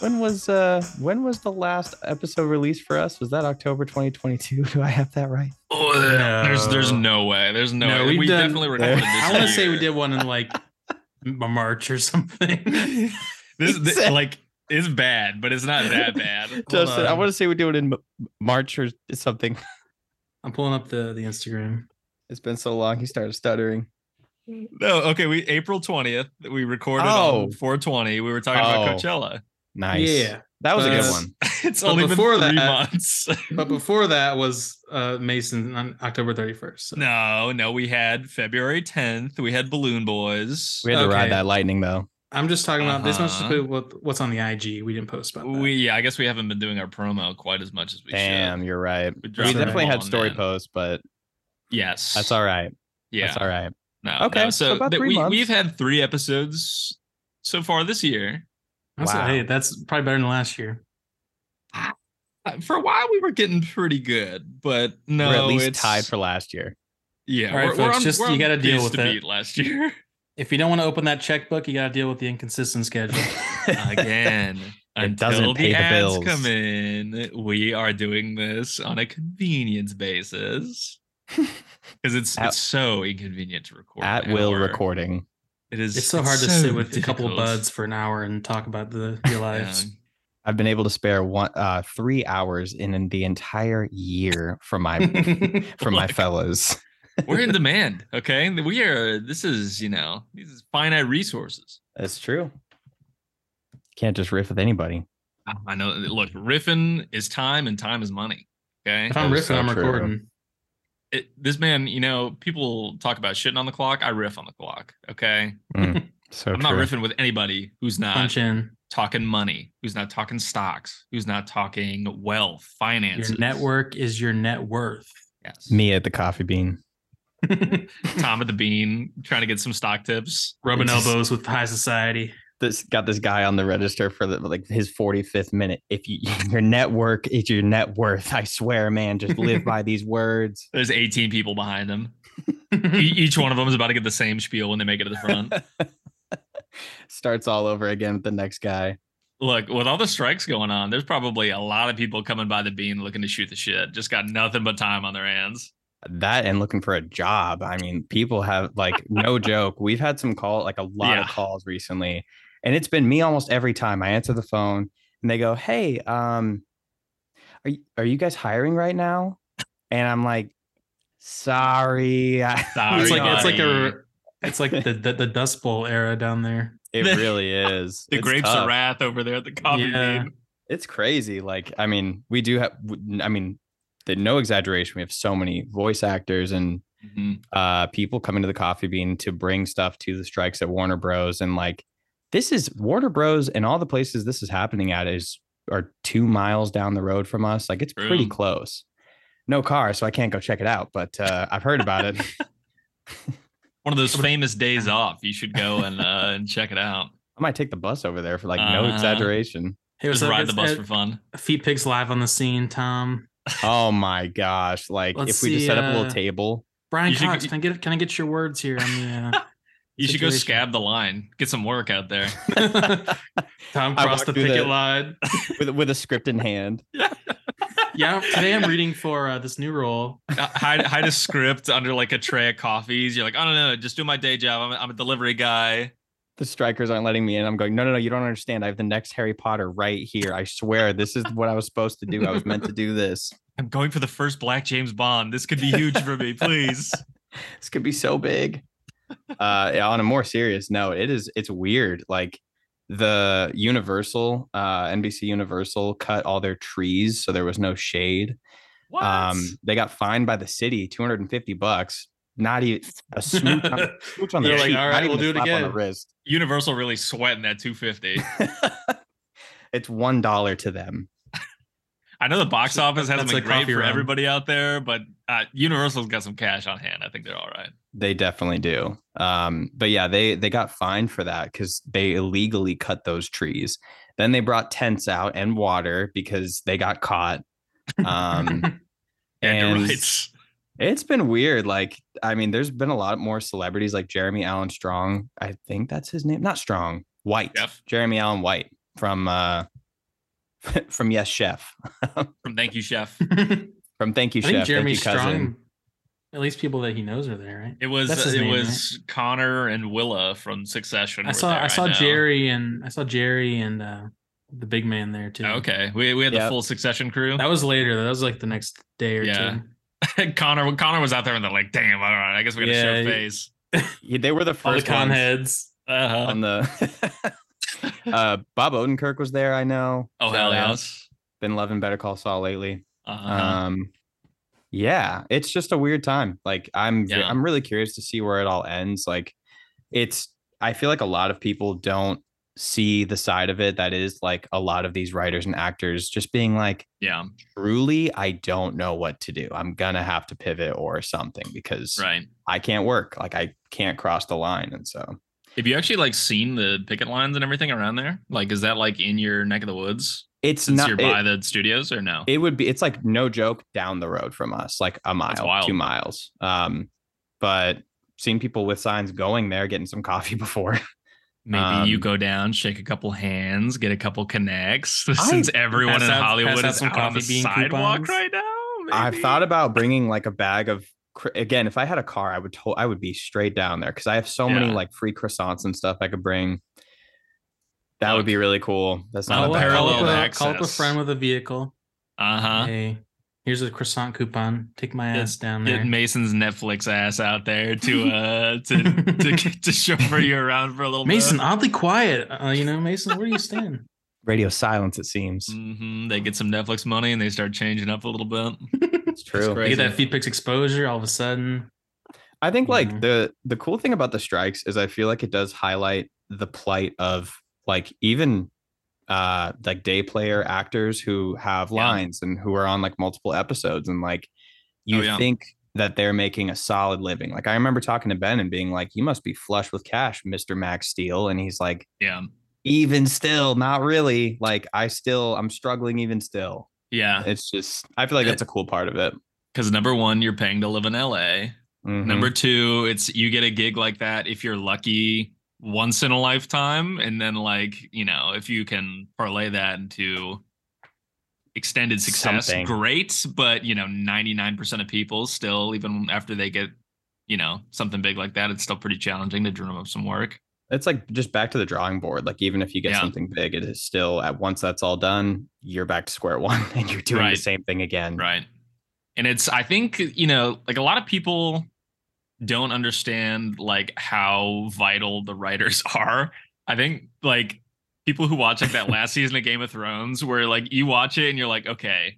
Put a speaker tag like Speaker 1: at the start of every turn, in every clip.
Speaker 1: when was uh when was the last episode released for us? Was that October 2022? Do I have that right?
Speaker 2: Oh, There's there's no way. There's no,
Speaker 3: No,
Speaker 2: way.
Speaker 3: we've
Speaker 2: We
Speaker 3: done-
Speaker 2: definitely recorded this.
Speaker 3: I want to say we
Speaker 2: year.
Speaker 3: did one in like m- uh, March or something.
Speaker 2: this. is the- like it's bad, but it's not that bad.
Speaker 1: Justin, I
Speaker 3: on.
Speaker 1: want to say we do it in M- March or something.
Speaker 3: I'm pulling up the the Instagram.
Speaker 1: It's been so long. He started stuttering.
Speaker 2: No, okay. We April twentieth. We recorded
Speaker 1: Oh.
Speaker 2: on four twenty. We were talking
Speaker 1: Oh.
Speaker 2: about Coachella.
Speaker 1: Nice.
Speaker 3: Yeah,
Speaker 1: That was a good
Speaker 3: Uh,
Speaker 1: one.
Speaker 2: It's
Speaker 3: But
Speaker 2: only
Speaker 3: before
Speaker 2: been three
Speaker 3: that-
Speaker 2: months.
Speaker 3: but before that was uh Mason on October 31st. So.
Speaker 2: no, no. We had February tenth. We had Balloon Boys.
Speaker 1: We had to
Speaker 3: okay.
Speaker 1: ride that lightning though.
Speaker 3: I'm just talking about this much.
Speaker 2: Uh-huh.
Speaker 3: What, what's on the IG? We didn't post about. That.
Speaker 2: We yeah. I guess we haven't been doing our promo quite as much as we
Speaker 1: Damn, you're right. We,
Speaker 2: should. dropped the
Speaker 1: definitely
Speaker 2: ball
Speaker 1: had
Speaker 2: on
Speaker 1: story
Speaker 2: that.
Speaker 1: posts, but
Speaker 2: Yes,
Speaker 1: that's all right.
Speaker 2: Yeah,
Speaker 1: That's all right.
Speaker 2: No.
Speaker 1: Okay,
Speaker 2: no.
Speaker 1: so
Speaker 2: So,
Speaker 1: about
Speaker 2: that
Speaker 1: three
Speaker 2: we,
Speaker 1: months.
Speaker 2: we've had three episodes so far this year.
Speaker 3: That's-
Speaker 1: Wow.
Speaker 3: Hey, that's probably better than last year.
Speaker 2: Uh, For a while, we were getting pretty good, but no,
Speaker 1: We're at least
Speaker 2: it's,
Speaker 1: tied for last year.
Speaker 2: Yeah,
Speaker 3: All right, folks, just- you gotta deal
Speaker 2: pace
Speaker 3: with
Speaker 2: to
Speaker 3: it.
Speaker 2: beat last year
Speaker 3: If you don't want to open that checkbook, you got to deal with the inconsistent schedule.
Speaker 2: again.
Speaker 1: It
Speaker 2: until
Speaker 1: doesn't pay
Speaker 2: the
Speaker 1: the
Speaker 2: ads
Speaker 1: bills.
Speaker 2: come in, we are doing this on a convenience basis because it's
Speaker 1: At-
Speaker 2: it's so inconvenient to record.
Speaker 1: At
Speaker 2: an
Speaker 1: will
Speaker 2: hour.
Speaker 1: recording.
Speaker 2: It is.
Speaker 3: It's so hard to sit with a couple
Speaker 2: difficult.
Speaker 3: buds for an hour and talk about the your lives.
Speaker 2: Yeah.
Speaker 1: I've been able to spare one uh three hours in the entire year from my from my
Speaker 2: Like-
Speaker 1: fellows.
Speaker 2: We're in demand. Okay. We are, this is, you know, these is finite resources.
Speaker 1: That's true. Can't just riff with anybody.
Speaker 2: I know. Look, riffing is time and time is money. Okay.
Speaker 3: if I'm
Speaker 1: That
Speaker 3: riffing,
Speaker 1: is so
Speaker 3: I'm
Speaker 1: true.
Speaker 3: recording.
Speaker 2: It, this man, you know, people talk about shitting on the clock. I riff on the clock. Okay.
Speaker 1: So
Speaker 2: I'm
Speaker 1: true.
Speaker 2: not riffing with anybody who's not
Speaker 3: Punch in
Speaker 2: talking money, who's not talking stocks, who's not talking wealth, finances.
Speaker 3: your network is your net worth.
Speaker 2: Yes.
Speaker 1: Me at the coffee bean.
Speaker 2: Tom at the bean trying to get some stock tips.
Speaker 3: Rubbing
Speaker 1: It's-
Speaker 3: elbows with high society.
Speaker 1: This got this guy on the register for the, like his 45th minute. If you your network is your net worth, I swear, man, just live by these words.
Speaker 2: There's 18 people behind them. E- Each one of them is about to get the same spiel when they make it to the front.
Speaker 1: Starts all over again with the next guy.
Speaker 2: Look, with all the strikes going on, there's probably a lot of people coming by the bean looking to shoot the shit. Just got nothing but time on their hands.
Speaker 1: That and looking for a job. I mean, people have like no joke. We've had some call, like a lot of
Speaker 2: Yeah.
Speaker 1: calls recently, and it's been me almost every time. I answer the phone and they go, "Hey, um, are you, are you guys hiring right now?" And I'm like, "Sorry, I-
Speaker 2: Sorry,
Speaker 3: It's like it's like
Speaker 2: buddy.
Speaker 3: a it's like the, the the Dust Bowl era down there.
Speaker 1: it really is."
Speaker 2: the
Speaker 1: It's
Speaker 2: grapes
Speaker 1: tough.
Speaker 2: of wrath over there at the coffee
Speaker 3: Yeah.
Speaker 2: bean.
Speaker 1: it's crazy like i mean we do have w- i mean the, no exaggeration we have so many voice actors and
Speaker 3: Mm-hmm.
Speaker 2: Mhm.
Speaker 1: uh people coming to the coffee bean to bring stuff to the strikes at warner bros and like this is warner bros and all the places this is happening at is are two miles down the road from us like it's pretty
Speaker 2: True.
Speaker 1: close no car so i can't go check it out but uh i've heard about it
Speaker 2: One of those famous days off. You should go and uh, and check it out.
Speaker 1: i might take the bus over there for like no
Speaker 2: Uh-huh.
Speaker 1: exaggeration
Speaker 3: Hey,
Speaker 2: Just
Speaker 3: what's up?
Speaker 2: ride the
Speaker 3: It's
Speaker 2: bus
Speaker 3: Ed-
Speaker 2: for fun.
Speaker 3: Feet Pigs live on the scene. Tom
Speaker 1: oh my gosh like
Speaker 3: Let's
Speaker 1: if we just
Speaker 3: see,
Speaker 1: set up a
Speaker 3: uh,
Speaker 1: little table
Speaker 3: Brian
Speaker 2: You should-
Speaker 3: Cox, can I get can I get your words here on
Speaker 2: You should go
Speaker 3: Situation.
Speaker 2: scab the line. Get some work out there.
Speaker 3: the? Uh... Tom
Speaker 1: I walked
Speaker 3: crossed the
Speaker 1: through
Speaker 3: picket
Speaker 1: the-
Speaker 3: line.
Speaker 1: with, with a script in hand
Speaker 3: Yeah, today I'm reading for uh, this new role.
Speaker 2: Uh, hide, hide a script under like a tray of coffees. You're like, oh no, no, no, just do my day job. I'm a, I'm a delivery guy.
Speaker 1: the strikers aren't letting me in. I'm going, no, no, no, you don't understand. I have the next Harry Potter right here. I swear, this is what I was supposed to do. I was meant to do this.
Speaker 2: I'm going for the first black James Bond. This could be huge for me, please.
Speaker 1: This could be so big. Uh, yeah, on a more serious note, it is. It's weird. Like the Universal, uh, NBC Universal cut all their trees, so there was no shade.
Speaker 2: What?
Speaker 1: Um, they got fined by the city 250 bucks. Not even a smooch on, a smooch on the
Speaker 3: They're like,
Speaker 1: cheek,
Speaker 3: "All
Speaker 1: not
Speaker 3: right,
Speaker 1: even
Speaker 3: we'll
Speaker 1: a
Speaker 3: do it
Speaker 1: slap on the
Speaker 3: again."
Speaker 1: wrist.
Speaker 2: Universal really sweating that 250.
Speaker 1: it's one dollar to them.
Speaker 2: I know the box
Speaker 3: That's-
Speaker 2: office hasn't
Speaker 3: that's
Speaker 2: been
Speaker 3: a
Speaker 2: great
Speaker 3: coffee
Speaker 2: for
Speaker 3: run.
Speaker 2: everybody out there, but uh, Universal's got some cash on hand. I think they're all right.
Speaker 1: They definitely do. Um, but yeah, they they got fined for that because they illegally cut those trees. Then they brought tents out and water because they got caught. Um,
Speaker 2: And,
Speaker 1: and
Speaker 2: you're right.
Speaker 1: it's been weird. Like, I mean, there's been a lot more celebrities like Jeremy Allen Strong. I think that's his name. Not Strong, White.
Speaker 2: Jeff?
Speaker 1: Jeremy Allen White from uh, from Yes Chef,
Speaker 2: From Thank You Chef.
Speaker 1: from Thank You
Speaker 3: I
Speaker 1: Chef.
Speaker 3: think
Speaker 1: Thank
Speaker 3: Jeremy
Speaker 1: You,
Speaker 3: Strong. At least people that he knows are there, right?
Speaker 2: It was
Speaker 3: That's his
Speaker 2: it
Speaker 3: name,
Speaker 2: was Connor and Willa from Succession.
Speaker 3: I
Speaker 2: were
Speaker 3: saw
Speaker 2: there,
Speaker 3: I saw
Speaker 2: know.
Speaker 3: Jerry and I saw Jerry and uh, the big man there too.
Speaker 2: Oh, okay, we we had the
Speaker 1: Yep.
Speaker 2: full Succession crew.
Speaker 3: That was later. though. That was like the next day or
Speaker 2: Yeah.
Speaker 3: two.
Speaker 2: Connor Connor was out there and they're like, "Damn, all right, I guess we got to
Speaker 3: Yeah,
Speaker 2: show face."
Speaker 1: Yeah, They were the
Speaker 3: All the
Speaker 1: first
Speaker 3: con
Speaker 1: ones
Speaker 3: heads.
Speaker 2: Uh-huh.
Speaker 1: on the. uh, Bob Odenkirk was there. I know.
Speaker 2: Oh hell
Speaker 1: Shout out.
Speaker 2: yes.
Speaker 1: Been loving Better Call Saul lately.
Speaker 2: Uh-huh.
Speaker 3: uh,
Speaker 1: Um, yeah, it's just a weird time. Like I'm, ve-
Speaker 2: Yeah.
Speaker 1: I'm really curious to see where it all ends. Like, it's. I feel like a lot of people don't see the side of it that is like a lot of these writers and actors just being like
Speaker 2: yeah,
Speaker 1: truly i don't know what to do i'm gonna have to pivot or something because
Speaker 2: right.
Speaker 1: i can't work like i can't cross the line and so
Speaker 2: Have you actually like seen the picket lines and everything around there? Like, is that like in your neck of the woods
Speaker 1: it's
Speaker 2: since
Speaker 1: not
Speaker 2: you're
Speaker 1: it-
Speaker 2: by the studios or no?
Speaker 1: it would be it's like no joke down the road from us like a mile
Speaker 2: wild.
Speaker 1: two miles um but seen people with signs going there getting some coffee before
Speaker 2: Maybe
Speaker 1: um,
Speaker 2: you go down, shake a couple hands, get a couple connects.
Speaker 1: I-
Speaker 2: Since everyone
Speaker 3: Pass
Speaker 2: in
Speaker 3: out- pass
Speaker 2: Hollywood
Speaker 3: out
Speaker 2: is
Speaker 3: some
Speaker 2: out on the
Speaker 3: coffee bean
Speaker 2: sidewalk
Speaker 3: coupons.
Speaker 2: right now, maybe.
Speaker 1: i've thought about bringing like a bag of cr- again if i had a car i would to- i would be straight down there because i have so many
Speaker 2: Yeah.
Speaker 1: like free croissants and stuff i could bring that would
Speaker 2: Look.
Speaker 1: be really cool that's not
Speaker 2: I'll
Speaker 1: a
Speaker 3: Call up-
Speaker 1: bad
Speaker 2: parallel
Speaker 1: idea.
Speaker 3: call up, a, call up a
Speaker 2: access.
Speaker 3: friend with a vehicle.
Speaker 2: Uh huh.
Speaker 3: Hey, here's a croissant coupon. Take my
Speaker 2: Get-
Speaker 3: ass down there.
Speaker 2: Get Mason's Netflix ass out there to uh to to to chauffeur you around for a little
Speaker 3: Mason,
Speaker 2: bit.
Speaker 3: oddly quiet. Uh, you know, Mason, where do you stand?
Speaker 1: radio silence it seems
Speaker 2: hmm They get some Netflix money and they start changing up a little bit.
Speaker 1: it's true
Speaker 3: You
Speaker 2: great.
Speaker 3: get that feed picks exposure all of a sudden.
Speaker 1: I think like
Speaker 3: Yeah.
Speaker 2: Mm-hmm.
Speaker 1: the the cool thing about the strikes is I feel like it does highlight the plight of like even uh like day player actors who have
Speaker 2: Yeah.
Speaker 1: lines and who are on like multiple episodes and like you
Speaker 2: Oh, yeah.
Speaker 1: think that they're making a solid living. Like I remember talking to Ben and being like, "You must be flush with cash, Mister Max Steele," and he's like,
Speaker 2: Yeah.
Speaker 1: "Even still, not really. Like I still, I'm struggling even still."
Speaker 2: Yeah.
Speaker 1: It's just I feel like
Speaker 2: Uh,
Speaker 1: that's a cool part of it.
Speaker 2: Cause number one, you're paying to live in LA.
Speaker 1: Mhm.
Speaker 2: Number two, it's you get a gig like that if you're lucky once in a lifetime. And then like, you know, if you can parlay that into extended success,
Speaker 1: Something.
Speaker 2: great. But you know, 99% of people still, even after they get, you know, something big like that, it's still pretty challenging to drum up some work.
Speaker 1: it's like just back to the drawing board. Like even if you get
Speaker 2: Yeah.
Speaker 1: something big, it is still at once that's all done, you're back to square one and you're doing
Speaker 2: Right.
Speaker 1: the same thing again.
Speaker 2: Right. And it's I think, you know, like a lot of people don't understand like how vital the writers are. I think like people who watch like that last season of Game of Thrones where like you watch it and you're like, okay,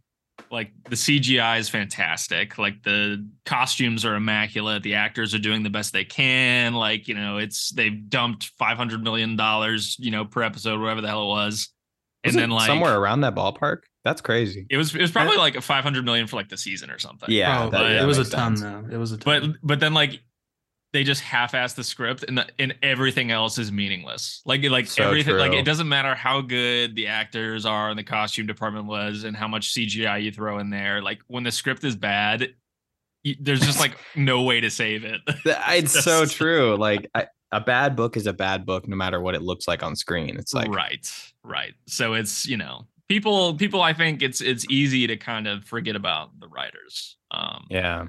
Speaker 2: like the CGI is fantastic. Like the costumes are immaculate. The actors are doing the best they can. Like, you know, it's they've dumped 500 million dollars, you know, per episode, whatever the hell it was.
Speaker 1: Was
Speaker 2: and
Speaker 1: it
Speaker 2: then like
Speaker 1: somewhere around that ballpark, that's crazy.
Speaker 2: it was it was probably like a 500 million for like oh, the season or something.
Speaker 1: Yeah,
Speaker 3: Probably.
Speaker 1: that- yeah,
Speaker 3: Oh, it was a
Speaker 1: makes
Speaker 3: ton,
Speaker 1: sense.
Speaker 3: though. It was a
Speaker 2: But
Speaker 3: ton.
Speaker 2: but then like they just half-ass the script and the, and everything else is meaningless. Like like
Speaker 1: So
Speaker 2: everything like
Speaker 1: true.
Speaker 2: it doesn't matter how good the actors are and the costume department was and how much CGI you throw in there. Like when the script is bad, you, there's just like no way to save it.
Speaker 1: Th- It's so
Speaker 2: Just-
Speaker 1: true. Like I, a bad book is a bad book, no matter what it looks like on screen. It's like
Speaker 2: right right so it's you know people people i think it's it's easy to kind of forget about the writers um
Speaker 1: yeah.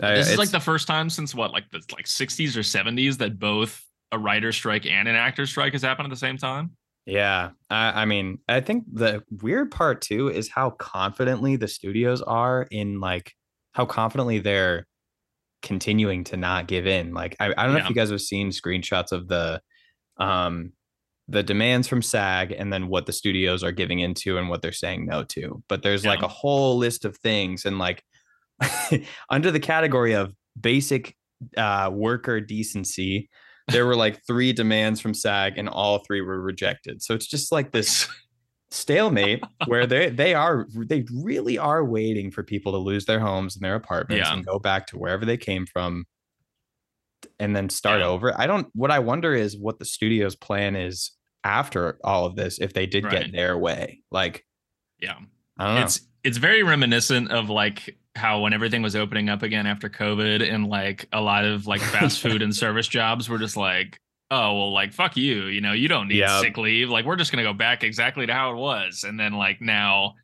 Speaker 1: I-
Speaker 2: This is like
Speaker 1: Uh, it's-
Speaker 2: the first time since what, like the like 60s or 70s, that both a writer strike and an actor strike has happened at the same time.
Speaker 1: Yeah. I, I mean, I think the weird part too is how confidently the studios are in like how confidently they're continuing to not give in. Like I, I don't know
Speaker 2: Yeah.
Speaker 1: if you guys have seen screenshots of the um the demands from SAG and then what the studios are giving into and what they're saying no to. But there's like
Speaker 2: Yeah.
Speaker 1: a whole list of things and like under the category of basic uh worker decency there were like three demands from SAG and all three were rejected. So it's just like this stalemate where they they are they really are waiting for people to lose their homes and their apartments
Speaker 2: Yeah.
Speaker 1: and go back to wherever they came from and then start
Speaker 2: Yeah.
Speaker 1: over. I don't what I wonder is what the studio's plan is after all of this if they did
Speaker 2: Right.
Speaker 1: get their way. Like
Speaker 2: Yeah.
Speaker 1: I don't know.
Speaker 2: It's it's very reminiscent of like how when everything was opening up again after COVID and like a lot of like fast food and service jobs were just like, oh well like fuck you you know you don't need
Speaker 1: Yeah.
Speaker 2: sick leave like we're just gonna go back exactly to how it was and then like now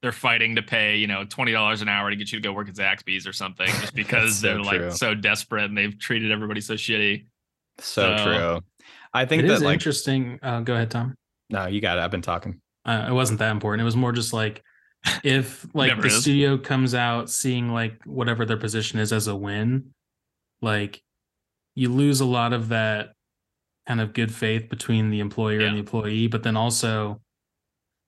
Speaker 2: they're fighting to pay you know $20 an hour to get you to go work at zaxby's or something just because
Speaker 1: So
Speaker 2: they're
Speaker 1: true.
Speaker 2: like so desperate and they've treated everybody so shitty
Speaker 1: So
Speaker 2: So-
Speaker 1: true. I
Speaker 3: It
Speaker 1: think
Speaker 3: is
Speaker 1: that like
Speaker 3: interesting. Uh, go ahead, Tom.
Speaker 1: no, you got it. I've been talking.
Speaker 3: uh, it wasn't that important. It was more just like if like
Speaker 2: Never
Speaker 3: the
Speaker 2: is.
Speaker 3: studio comes out seeing like whatever their position is as a win, like you lose a lot of that kind of good faith between the employer and the
Speaker 2: Yeah.
Speaker 3: employee, but then also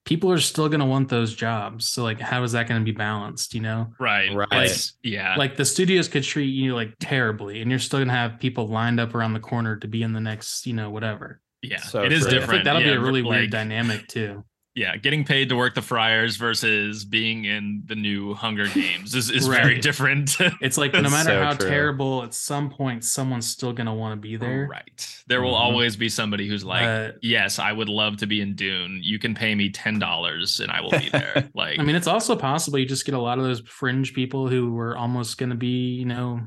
Speaker 3: people are still going to want those jobs. So like how is that going to be balanced, you know?
Speaker 2: right
Speaker 1: Right.
Speaker 2: It's- yeah
Speaker 3: Like the studios could treat you like terribly and you're still going to have people lined up around the corner to be in the next, you know, whatever.
Speaker 2: yeah
Speaker 1: so
Speaker 2: it is
Speaker 1: true. I think
Speaker 3: I feel
Speaker 2: different
Speaker 3: like that'll be
Speaker 2: Yeah,
Speaker 3: a really
Speaker 2: like,
Speaker 3: weird dynamic too.
Speaker 2: yeah getting paid to work the friars versus being in the new hunger games is, is very
Speaker 3: Right.
Speaker 2: different
Speaker 3: It's like no
Speaker 1: That's
Speaker 3: matter
Speaker 1: so
Speaker 3: how
Speaker 1: true.
Speaker 3: terrible, at some point someone's still gonna want to be there. Mm-hmm. Uh,
Speaker 2: right there will
Speaker 1: Mhm.
Speaker 2: always be somebody who's like
Speaker 3: But,
Speaker 2: yes, I would love to be in Dune. You can pay me ten dollars and I will be there. Like,
Speaker 3: I mean, it's also possible you just get a lot of those fringe people who were almost gonna be, you know,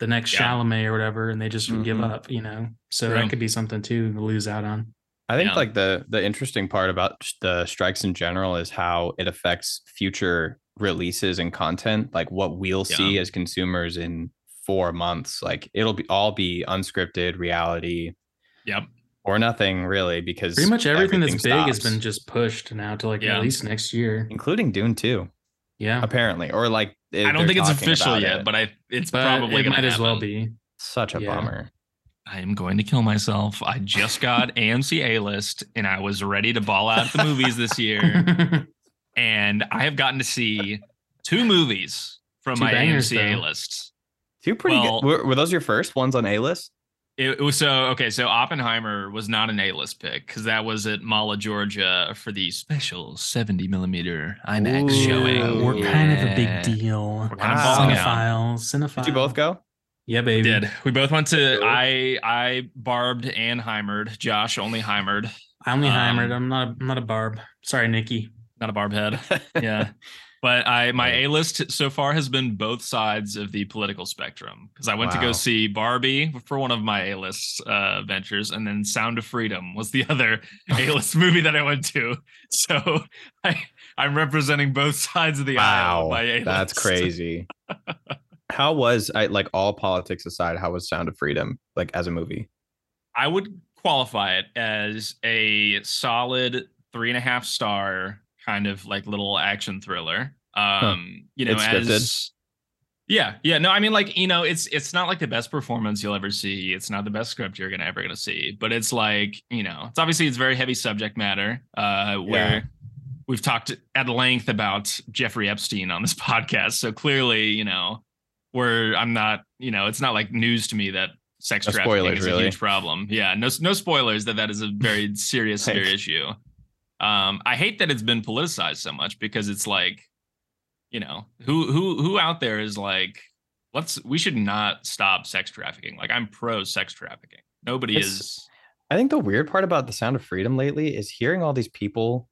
Speaker 3: the next
Speaker 2: Yeah.
Speaker 3: Chalamet or whatever, and they just would give
Speaker 1: Mhm.
Speaker 3: up. You know, so
Speaker 2: True.
Speaker 3: that could be something too to lose out on.
Speaker 1: I think
Speaker 2: Yeah.
Speaker 1: like the the interesting part about sh- the strikes in general is how it affects future releases and content, like what we'll
Speaker 2: Yeah.
Speaker 1: see as consumers in four months. Like it'll be all be unscripted reality
Speaker 2: yep,
Speaker 1: or nothing really, because
Speaker 3: Pretty much everything that's big
Speaker 1: everything
Speaker 3: has been
Speaker 1: stops,
Speaker 3: just pushed now to like
Speaker 2: Yeah.
Speaker 3: at least next year.
Speaker 1: including Dune too,
Speaker 3: Yeah,
Speaker 1: apparently, or like
Speaker 2: Uh-huh. I don't think it's official yet, but I it's
Speaker 3: but
Speaker 2: probably
Speaker 3: it
Speaker 2: gonna
Speaker 3: might as well
Speaker 2: happen.
Speaker 3: be.
Speaker 1: such a
Speaker 3: Yeah.
Speaker 1: bummer.
Speaker 2: I am going to kill myself. I just got AMC A list and I was ready to ball out at the movies this year, and I have gotten to see two movies from
Speaker 3: Two
Speaker 2: my
Speaker 3: bangers,
Speaker 2: AMC A
Speaker 3: though.
Speaker 2: list.
Speaker 1: Two pretty
Speaker 2: Well-
Speaker 1: good. Were, were those your first ones on A list?
Speaker 2: It, it was so okay. So Oppenheimer was not an A-list pick because that was at Mala, Georgia, for the special seventy millimeter IMAX
Speaker 1: Ooh.
Speaker 2: showing.
Speaker 3: We're kind of a
Speaker 2: Yeah.
Speaker 3: big deal.
Speaker 2: We're kind
Speaker 1: of
Speaker 2: balling
Speaker 3: cinephile, cinephile.
Speaker 1: Did you
Speaker 2: Uh,
Speaker 1: both go?
Speaker 3: Yeah,
Speaker 2: We
Speaker 3: baby.
Speaker 2: did. We both went to.
Speaker 1: Cool.
Speaker 2: I I barbed and heimered. Josh only heimered,
Speaker 3: I only
Speaker 2: Um,
Speaker 3: hammered. I'm not. A, I'm not a barb. Sorry, Nikki.
Speaker 2: not a barb head. Yeah, but I my A list so far has been both sides of the political spectrum because I went to
Speaker 1: Wow.
Speaker 2: go see Barbie for one of my A list uh, ventures, and then Sound of Freedom was the other A list movie that I went to. So I I'm representing both sides of the aisle.
Speaker 1: Wow,
Speaker 2: by A-list.
Speaker 1: that's crazy. how was I like all politics aside? How was Sound of Freedom like as a movie?
Speaker 2: I would qualify it as a solid three and a half star kind of like little action thriller. Um, you know,
Speaker 1: It's scripted?
Speaker 2: as yeah, yeah. No, I mean, like, you know, it's it's not like the best performance you'll ever see. It's not the best script you're gonna ever gonna see, but it's like, you know, it's obviously it's very heavy subject matter. Uh where
Speaker 1: Yeah.
Speaker 2: we've talked at length about Jeffrey Epstein on this podcast. So clearly, you know, where I'm not, you know, it's not like news to me that sex
Speaker 1: No
Speaker 2: trafficking
Speaker 1: spoilers,
Speaker 2: is
Speaker 1: really.
Speaker 2: a huge problem. Yeah, no, no spoilers that that is a very serious,
Speaker 1: Thanks.
Speaker 2: serious issue. Um, I hate that it's been politicized so much because it's like, you know, who who who out there is like, let's we should not stop sex trafficking. Like I'm pro sex trafficking. Nobody
Speaker 1: It's-
Speaker 2: is.
Speaker 1: I think the weird part about the Sound of Freedom lately is hearing all these people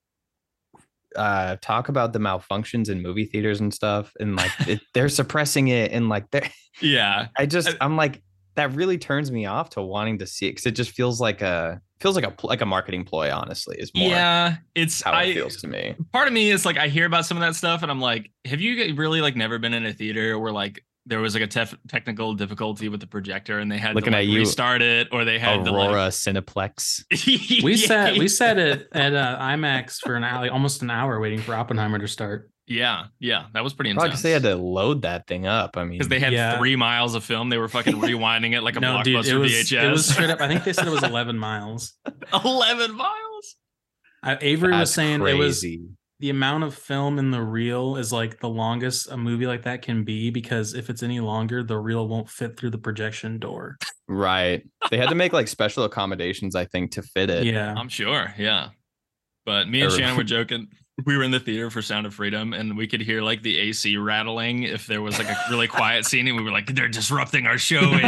Speaker 1: uh talk about the malfunctions in movie theaters and stuff and like it, they're suppressing it and like they
Speaker 2: Yeah,
Speaker 1: I just
Speaker 2: I-
Speaker 1: I'm like that really turns me off to wanting to see it cuz it just feels like a feels like a pl- like a marketing ploy honestly is more
Speaker 2: yeah. It's
Speaker 1: how it
Speaker 2: I
Speaker 1: feels to me.
Speaker 2: part of me is like I hear about some of that stuff and I'm like, have you g- really like never been in a theater where like there was like a tef- technical difficulty with the projector and they had
Speaker 1: Looking
Speaker 2: to like,
Speaker 1: at you,
Speaker 2: restart it or they had
Speaker 1: Aurora Cineplex.
Speaker 2: to like
Speaker 3: We sat. We sat at at uh, IMAX for an hour, almost an hour, waiting for Oppenheimer to start.
Speaker 2: yeah yeah that was pretty
Speaker 1: Probably
Speaker 2: intense
Speaker 1: because they had to load that thing up. I mean,
Speaker 2: because they had
Speaker 3: Yeah.
Speaker 2: three miles of film they were fucking rewinding it like a blockbuster
Speaker 3: it was
Speaker 2: VHS
Speaker 3: it was straight up. I think they said it was 11 miles.
Speaker 2: eleven miles
Speaker 3: I, Avery was
Speaker 1: That's
Speaker 3: saying it was
Speaker 1: crazy.
Speaker 3: the amount of film in the reel is like the longest a movie like that can be because if it's any longer, the reel won't fit through the projection door.
Speaker 1: Right. They had to make like special accommodations, I think, to fit it.
Speaker 3: Yeah,
Speaker 2: I'm sure yeah but me and
Speaker 1: Or-
Speaker 2: Shannon were joking. We were in the theater for Sound of Freedom, and we could hear like the AC rattling if there was like a really quiet scene, and we were like, "They're disrupting our showing."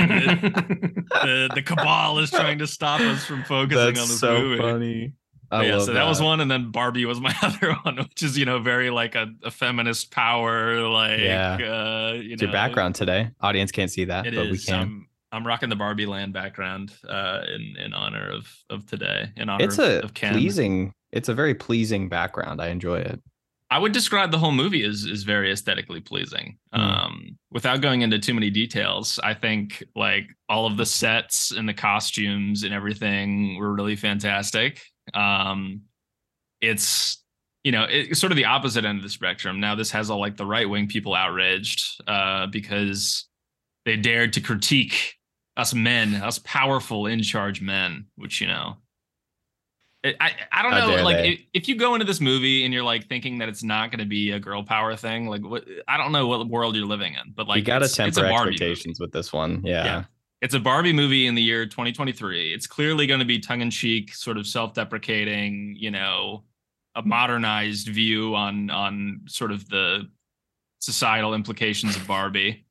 Speaker 2: the, the cabal is trying to stop us from focusing on this movie.
Speaker 1: funny.
Speaker 2: But yeah, so that. was one, and then Barbie was my other one, which is you know very like a, a feminist power, like
Speaker 1: Yeah.
Speaker 2: uh, you
Speaker 1: It's
Speaker 2: know
Speaker 1: your background today. Audience can't see that,
Speaker 2: uh, It
Speaker 1: but we
Speaker 2: is.
Speaker 1: can.
Speaker 2: I'm, I'm rocking the Barbie Land background uh, in in honor of of today. In honor
Speaker 1: It's
Speaker 2: of,
Speaker 1: a
Speaker 2: of Ken.
Speaker 1: pleasing. It's a very pleasing background. I enjoy it.
Speaker 2: I would describe the whole movie as is very aesthetically pleasing.
Speaker 1: Hmm.
Speaker 2: Um, without going into too many details, I think like all of the sets and the costumes and everything were really fantastic. Um, it's you know it- it's sort of the opposite end of the spectrum. Now this has all like the right wing people outraged uh, because they dared to critique us men, us powerful in charge men, which you know. I, I- I don't
Speaker 1: How
Speaker 2: know.
Speaker 1: dare
Speaker 2: Like,
Speaker 1: they.
Speaker 2: if, if you go into this movie and you're like thinking that it's not going to be a girl power thing, like, what I don't know what world you're living in, but like,
Speaker 1: you gotta
Speaker 2: it's, it's
Speaker 1: temper
Speaker 2: a Barbie movie.
Speaker 1: expectations with this one. Yeah.
Speaker 2: Yeah. It's a Barbie movie in the year 2023. It's clearly going to be tongue in cheek, sort of self deprecating, you know, a modernized view on on sort of the societal implications of Barbie.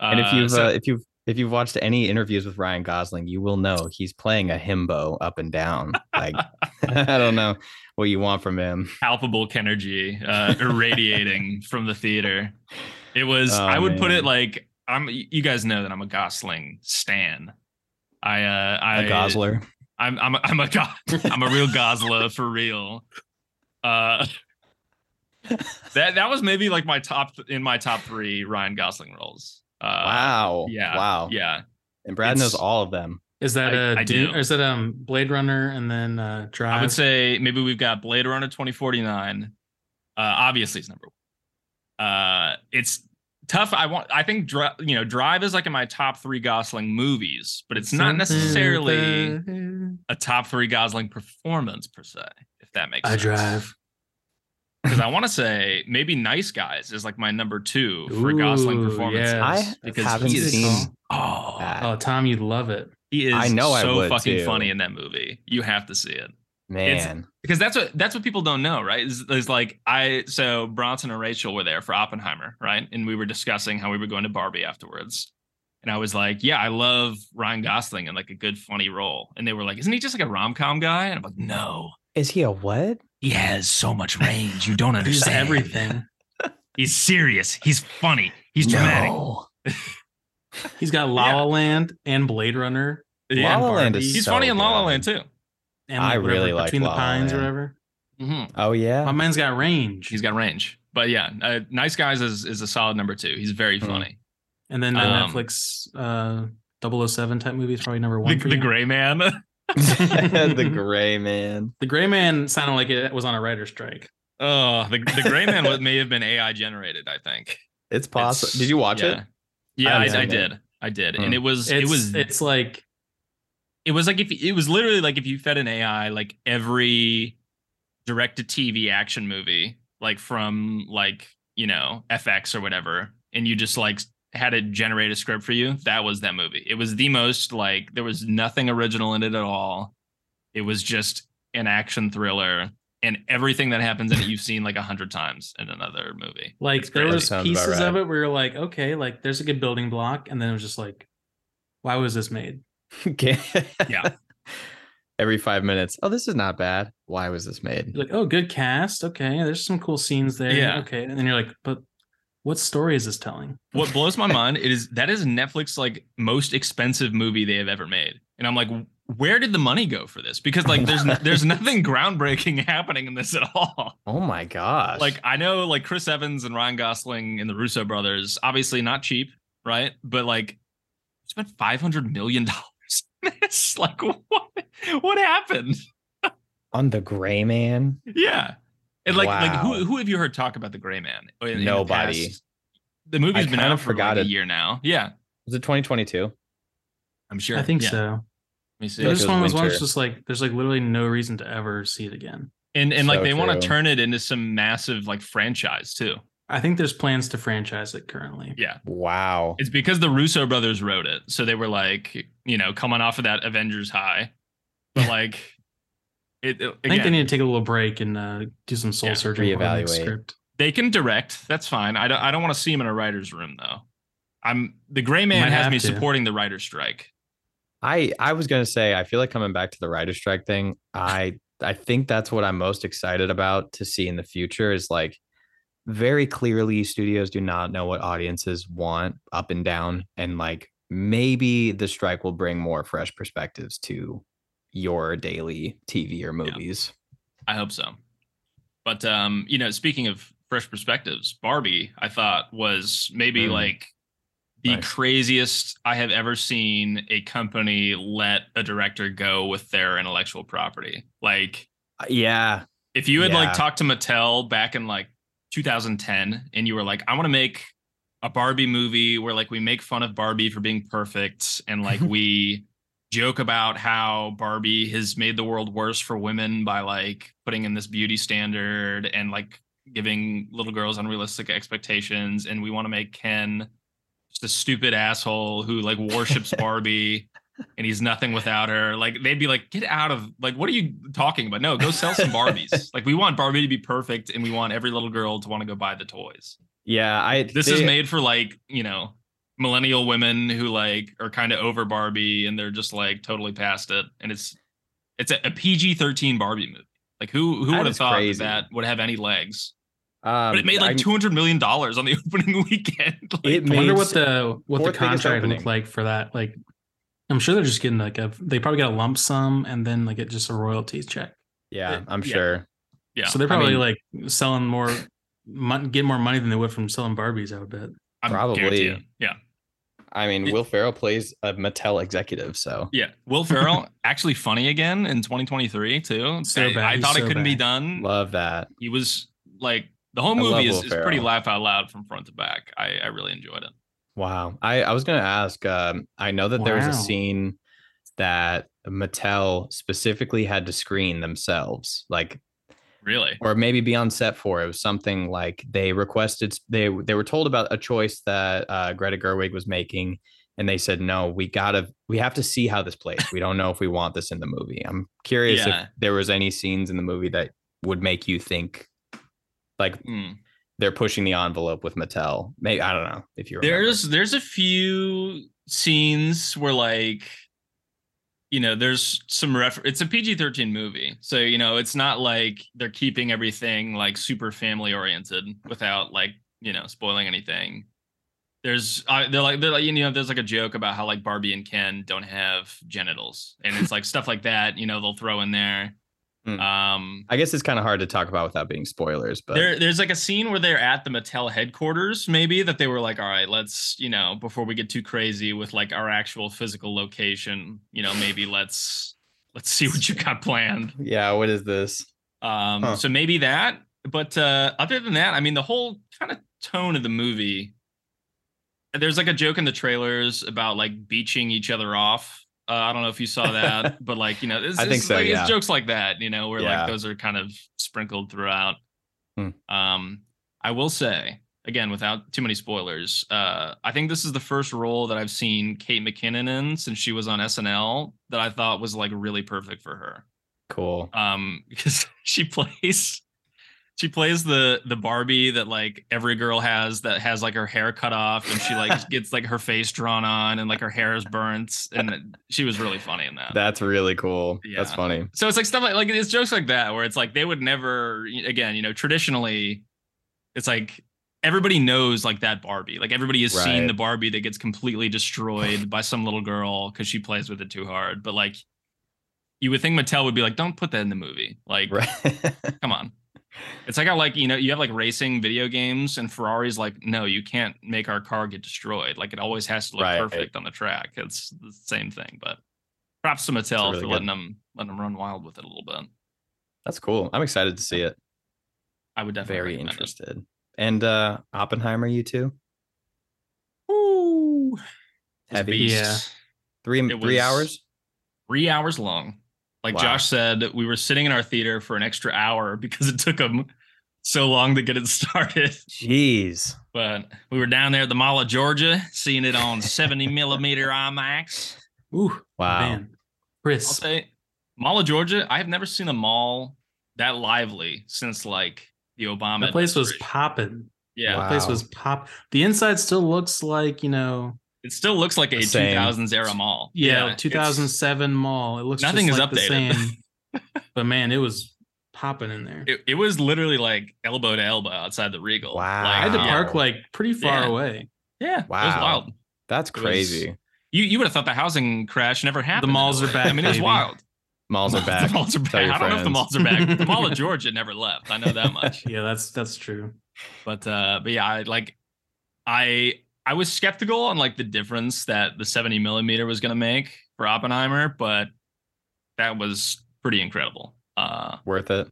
Speaker 1: And if you've
Speaker 2: so-
Speaker 1: uh, if you've if you've watched any interviews with Ryan Gosling, you will know he's playing a himbo up and down. Like I don't know what you want from him.
Speaker 2: palpable Kenergy uh, irradiating from the theater. It was.
Speaker 1: Oh,
Speaker 2: I would put
Speaker 1: man.
Speaker 2: it like I'm. You guys know that I'm a Gosling stan. I. Uh, I.
Speaker 1: A Gosler.
Speaker 2: I'm. I'm. a- I'm a. Go- I'm a real Gosler for real. Uh, that that was maybe like my top in my top three Ryan Gosling roles. Uh,
Speaker 1: Wow.
Speaker 2: yeah,
Speaker 1: Wow.
Speaker 2: Yeah.
Speaker 1: And Brad knows
Speaker 2: It's-
Speaker 1: all of them.
Speaker 3: Is that
Speaker 2: I-
Speaker 3: a
Speaker 2: I
Speaker 3: Dune-
Speaker 2: do.
Speaker 3: Or is that um Blade Runner and then uh Drive?
Speaker 2: I would say maybe we've got Blade Runner 2049. Uh, obviously, it's number one. Uh, it's tough. I want. I think Dri- you know Drive is like in my top three Gosling movies, but it's not
Speaker 3: Something
Speaker 2: necessarily
Speaker 3: that
Speaker 2: a top three Gosling performance per se. If that makes
Speaker 3: I
Speaker 2: sense.
Speaker 3: drive.
Speaker 2: because I want to say maybe Nice Guys is like my number two for Gosling
Speaker 3: Ooh,
Speaker 2: performances.
Speaker 3: yes.
Speaker 1: I
Speaker 2: because
Speaker 1: haven't
Speaker 2: he is-
Speaker 1: seen
Speaker 2: Oh,
Speaker 1: that.
Speaker 3: Oh, Tom, you'd love it.
Speaker 2: he is.
Speaker 1: I know I
Speaker 2: so
Speaker 1: would,
Speaker 2: fucking
Speaker 1: too.
Speaker 2: funny in that movie. You have to see it.
Speaker 1: Man.
Speaker 2: because that's what that's what people don't know, right? Is, is like I so Bronson and Rachel were there for Oppenheimer, right? And we were discussing how we were going to Barbie afterwards, and I was like, "Yeah, I love Ryan Gosling in like a good funny role," and they were like, "Isn't he just like a rom com guy?" And I'm like, "No,
Speaker 1: Is he a what?
Speaker 2: he has so much range. You don't
Speaker 3: He's
Speaker 2: understand
Speaker 3: everything.
Speaker 2: He's serious. He's funny. He's dramatic.
Speaker 1: No.
Speaker 3: He's got La La Land and Blade Runner.
Speaker 1: La
Speaker 2: And
Speaker 1: La Land
Speaker 2: Barbie.
Speaker 1: is
Speaker 2: He's
Speaker 1: so
Speaker 2: funny in La La
Speaker 1: good.
Speaker 2: Land too.
Speaker 3: And
Speaker 1: I really like
Speaker 3: Between
Speaker 1: La
Speaker 3: the
Speaker 1: La
Speaker 3: Pines or
Speaker 1: Land.
Speaker 3: whatever.
Speaker 2: Mhm.
Speaker 1: Oh
Speaker 3: My
Speaker 1: yeah.
Speaker 3: man's got range.
Speaker 2: He's got range, but yeah, uh, Nice Guys is is a solid number two. He's very
Speaker 1: Hmm.
Speaker 2: funny.
Speaker 3: and then the
Speaker 2: um,
Speaker 3: Netflix uh 007 type movie is probably number one.
Speaker 2: The,
Speaker 3: for
Speaker 2: the
Speaker 3: you.
Speaker 2: Gray Man.
Speaker 1: the gray man.
Speaker 3: The Gray Man sounded like it was on a writer strike.
Speaker 2: Oh, the, the Gray Man was, may have been AI generated. I think.
Speaker 1: It's possible.
Speaker 2: It's-
Speaker 1: Did you watch
Speaker 2: yeah.
Speaker 1: it?
Speaker 2: Yeah, I,
Speaker 1: haven't
Speaker 2: I,
Speaker 1: seen it.
Speaker 2: did. I did,
Speaker 1: Hmm.
Speaker 2: and it was
Speaker 3: It's,
Speaker 2: it was
Speaker 3: it's like
Speaker 2: it was like if it was literally like if you fed an AI like every direct to TV action movie, like from like you know FX or whatever, and you just like had it generate a script for you. That was that movie. It was the most like there was nothing original in it at all. It was just an action thriller, and everything that happens in it you've seen like a hundred times in another movie.
Speaker 3: like
Speaker 2: It's
Speaker 3: there
Speaker 2: crazy.
Speaker 3: was
Speaker 1: Sounds about
Speaker 3: pieces of
Speaker 1: right.
Speaker 3: it where you're like, okay, like there's a good building block, and then it was just like, why was this made?
Speaker 1: Okay.
Speaker 2: Yeah.
Speaker 1: Every five minutes. Oh, this is not bad. Why was this made?
Speaker 3: You're like, oh, good cast. Okay, there's some cool scenes there.
Speaker 2: Yeah.
Speaker 3: Okay, and then you're like, but what story is this telling?
Speaker 2: what blows my mind is that is Netflix like most expensive movie they have ever made, and I'm like, where did the money go for this? Because like there's there's nothing groundbreaking happening in this at all.
Speaker 1: Oh my gosh.
Speaker 2: Like I know like Chris Evans and Ryan Gosling and the Russo brothers, obviously not cheap, right? But like we spent five hundred million dollars. on This like what what happened?
Speaker 1: on the gray man.
Speaker 2: Yeah, and like like
Speaker 1: Wow.
Speaker 2: who who have you heard talk about the Gray Man? in- in the
Speaker 1: Nobody.
Speaker 2: past? The, movie's
Speaker 1: I
Speaker 2: been
Speaker 1: kind
Speaker 2: out
Speaker 1: of
Speaker 2: for
Speaker 1: forgot
Speaker 2: like
Speaker 1: it.
Speaker 2: a year now. Yeah,
Speaker 1: Was it 2022?
Speaker 2: I'm sure.
Speaker 3: I think
Speaker 2: Yeah. Let
Speaker 3: so.
Speaker 2: me see.
Speaker 1: Yeah,
Speaker 3: It was
Speaker 1: it
Speaker 3: just one of
Speaker 1: was
Speaker 3: those ones
Speaker 1: winter.
Speaker 3: just like there's like literally no reason to ever see it again.
Speaker 2: and and like
Speaker 1: So
Speaker 2: they want to
Speaker 1: true.
Speaker 2: turn it into some massive like franchise too.
Speaker 3: I think there's plans to franchise it currently.
Speaker 2: Yeah,
Speaker 1: Wow.
Speaker 2: it's because the Russo brothers wrote it, so they were like, you know, coming off of that Avengers high, but like, it, it-
Speaker 3: I think they
Speaker 2: again,
Speaker 3: need to take a little break and uh, do some soul
Speaker 2: Yeah,
Speaker 3: searching. before the next
Speaker 1: reevaluate.
Speaker 3: Script.
Speaker 2: they can direct. That's fine. I don't I don't want to see him in a writer's room though. I'm the Gray Man
Speaker 3: Might
Speaker 2: has
Speaker 3: have
Speaker 2: me
Speaker 3: to.
Speaker 2: supporting the writer's strike.
Speaker 1: I I was gonna say I feel like coming back to the writer strike thing. I I think that's what I'm most excited about to see in the future is like very clearly studios do not know what audiences want up and down and like maybe the strike will bring more fresh perspectives to your daily TV or movies.
Speaker 2: I hope so. But um, you know, speaking of fresh perspectives, Barbie, I thought was maybe
Speaker 1: Mm.
Speaker 2: like the
Speaker 1: Nice.
Speaker 2: craziest I have ever seen a company let a director go with their intellectual property. Like
Speaker 1: Uh, Yeah.
Speaker 2: if you had
Speaker 1: Yeah.
Speaker 2: like talked to Mattel back in like 2010 and you were like, I want to make a Barbie movie where like we make fun of Barbie for being perfect and like we joke about how Barbie has made the world worse for women by like putting in this beauty standard and like giving little girls unrealistic expectations and we want to make Ken just a stupid asshole who like worships Barbie and he's nothing without her. Like they'd be like, get out of like, what are you talking about? No, go sell some Barbies. like we want Barbie to be perfect, and we want every little girl to want to go buy the toys.
Speaker 1: Yeah. I
Speaker 2: This is
Speaker 1: they-
Speaker 2: made for like you know millennial women who like are kind of over Barbie and they're just like totally past it, and it's it's a, a PG thirteen Barbie movie. Like who
Speaker 1: That
Speaker 2: who would have
Speaker 1: is
Speaker 2: thought that
Speaker 1: crazy.
Speaker 2: that would have any legs?
Speaker 1: um,
Speaker 2: but it made like
Speaker 1: I'm-
Speaker 2: two hundred million dollars on the opening weekend. Like,
Speaker 1: It
Speaker 3: I
Speaker 1: made
Speaker 3: wonder what the what the
Speaker 1: fourth biggest
Speaker 3: contract
Speaker 1: opening.
Speaker 3: looked like for that. Like, I'm sure they're just getting like a they probably got a lump sum and then like get just a royalties check.
Speaker 1: Yeah,
Speaker 2: it-
Speaker 1: I'm
Speaker 2: yeah.
Speaker 1: sure.
Speaker 2: yeah,
Speaker 3: So they're
Speaker 1: I
Speaker 3: probably
Speaker 1: mean-
Speaker 3: like selling more, mon- get more money than they would from selling Barbies. I would bet.
Speaker 2: I'm
Speaker 1: probably.
Speaker 2: guarantee it. yeah.
Speaker 1: I mean,
Speaker 2: It-
Speaker 1: Will Ferrell plays a Mattel executive, so
Speaker 2: Yeah, Will Ferrell actually funny again in 2023 too.
Speaker 3: So
Speaker 2: I,
Speaker 3: bad.
Speaker 2: I
Speaker 3: He's
Speaker 2: thought it
Speaker 3: so
Speaker 2: couldn't be
Speaker 3: bad.
Speaker 2: done.
Speaker 1: love that.
Speaker 2: He was like the whole
Speaker 1: I love
Speaker 2: movie is,
Speaker 1: Will
Speaker 2: is pretty
Speaker 1: Ferrell.
Speaker 2: laugh out loud from front to back. I, I really enjoyed it.
Speaker 1: Wow. I I was gonna ask. Um, I know that there was
Speaker 3: Wow.
Speaker 1: a scene that Mattel specifically had to screen themselves, like
Speaker 2: Really,
Speaker 1: or maybe be on set for. It was something like they requested. They they were told about a choice that uh, Greta Gerwig was making, and they said no. We gotta. We have to see how this plays. We don't know if we want this in the movie. I'm curious
Speaker 2: Yeah.
Speaker 1: if there was any scenes in the movie that would make you think, like
Speaker 2: Hmm.
Speaker 1: they're pushing the envelope with Mattel. Maybe I don't know if you remember.
Speaker 2: there's there's a few scenes where like you know there's some ref it's a pg-13 movie so you know it's not like they're keeping everything like super family oriented without like you know spoiling anything there's I they're like they're like you know there's like a joke about how like barbie and ken don't have genitals and it's like stuff like that you know they'll throw in there
Speaker 1: Hmm.
Speaker 2: um
Speaker 1: I guess it's kind of hard to talk about without being spoilers, but
Speaker 2: there, there's like a scene where they're at the Mattel headquarters, maybe that they were like, all right, let's, you know, before we get too crazy with like our actual physical location, you know, maybe let's let's see what you got planned.
Speaker 1: yeah, what is this?
Speaker 2: Um,
Speaker 1: Huh.
Speaker 2: so maybe that. But uh other than that, I mean the whole kind of tone of the movie. There's like a joke in the trailers about like beaching each other off. Uh, I don't know if you saw that, but like, you know, it's,
Speaker 1: I think
Speaker 2: it's
Speaker 1: so,
Speaker 2: like,
Speaker 1: yeah.
Speaker 2: it's jokes like that, you know, where
Speaker 1: Yeah.
Speaker 2: like those are kind of sprinkled throughout.
Speaker 1: Hmm.
Speaker 2: Um, I will say, again, without too many spoilers, uh, I think this is the first role that I've seen Kate McKinnon in since she was on SNL that I thought was like really perfect for her
Speaker 1: Cool.
Speaker 2: um because she plays she plays the the barbie that like every girl has that has like her hair cut off and she like gets like her face drawn on and like her hair is burnt and she was really funny in that
Speaker 1: That's really cool. That's
Speaker 2: Uh, Yeah.
Speaker 1: funny.
Speaker 2: so it's like stuff like like it's jokes like that where it's like they would never again you know traditionally it's like everybody knows like that barbie like everybody has seen
Speaker 1: Right.
Speaker 2: the barbie that gets completely destroyed by some little girl because she plays with it too hard but like you would think mattel would be like don't put that in the movie like
Speaker 1: Right.
Speaker 2: come on it's like how like you know you have like racing video games and ferrari's like no you can't make our car get destroyed like it always has to look
Speaker 1: Right.
Speaker 2: perfect on the track it's the same thing but props to mattel
Speaker 1: really
Speaker 2: for
Speaker 1: good-
Speaker 2: letting them letting them run wild with it a little bit
Speaker 1: That's cool. I'm excited to see it.
Speaker 2: i would definitely
Speaker 1: Very
Speaker 2: recommend it.
Speaker 1: interested. And uh Oppenheimer, you two?
Speaker 2: Woo! It's
Speaker 1: Heavy.
Speaker 2: beast.
Speaker 3: Yeah.
Speaker 1: Three
Speaker 2: It
Speaker 1: three
Speaker 2: was-
Speaker 1: hours?
Speaker 2: three hours long like
Speaker 1: Wow.
Speaker 2: josh said we were sitting in our theater for an extra hour because it took them so long to get it started
Speaker 1: Jeez.
Speaker 2: but we were down there at the mall of georgia seeing it on 70 millimeter imax
Speaker 3: Ooh,
Speaker 1: Wow.
Speaker 3: man,
Speaker 2: I'll
Speaker 3: Chris,
Speaker 2: say Mall of Georgia. I have never seen a mall that lively since like the Obama.
Speaker 3: that place was
Speaker 2: administration.
Speaker 3: popping.
Speaker 2: yeah.
Speaker 1: Wow.
Speaker 3: That place was pop. The inside still looks like you know,
Speaker 2: It still looks like a
Speaker 1: The same.
Speaker 2: 2000s era mall.
Speaker 3: yeah,
Speaker 2: it's-
Speaker 3: 2007 mall. It looks just
Speaker 2: Nothing is
Speaker 3: like
Speaker 2: updated.
Speaker 3: The same. but man, it was popping in there.
Speaker 2: It, it was literally like elbow to elbow outside the Regal.
Speaker 1: Wow.
Speaker 2: Like,
Speaker 3: I had to
Speaker 2: yeah.
Speaker 1: Wow.
Speaker 3: park like pretty far
Speaker 2: Yeah.
Speaker 3: away.
Speaker 2: Yeah, it was
Speaker 1: Wow.
Speaker 2: wild.
Speaker 1: That's
Speaker 2: was-
Speaker 1: crazy.
Speaker 2: You you would have thought the housing crash never happened. in
Speaker 3: malls are
Speaker 2: LA.
Speaker 3: back,
Speaker 2: I mean, it was
Speaker 3: baby.
Speaker 2: wild.
Speaker 1: Malls are back.
Speaker 2: The malls are back.
Speaker 1: Tell
Speaker 2: I
Speaker 1: your
Speaker 2: don't know if the
Speaker 1: friends.
Speaker 2: malls are back. the Mall of Georgia never left. I know that much.
Speaker 3: Yeah, that's that's true.
Speaker 2: But uh, but yeah, I like I I was skeptical on like the difference that the 70 millimeter was gonna make for Oppenheimer, but that was pretty incredible. Uh
Speaker 1: Worth it.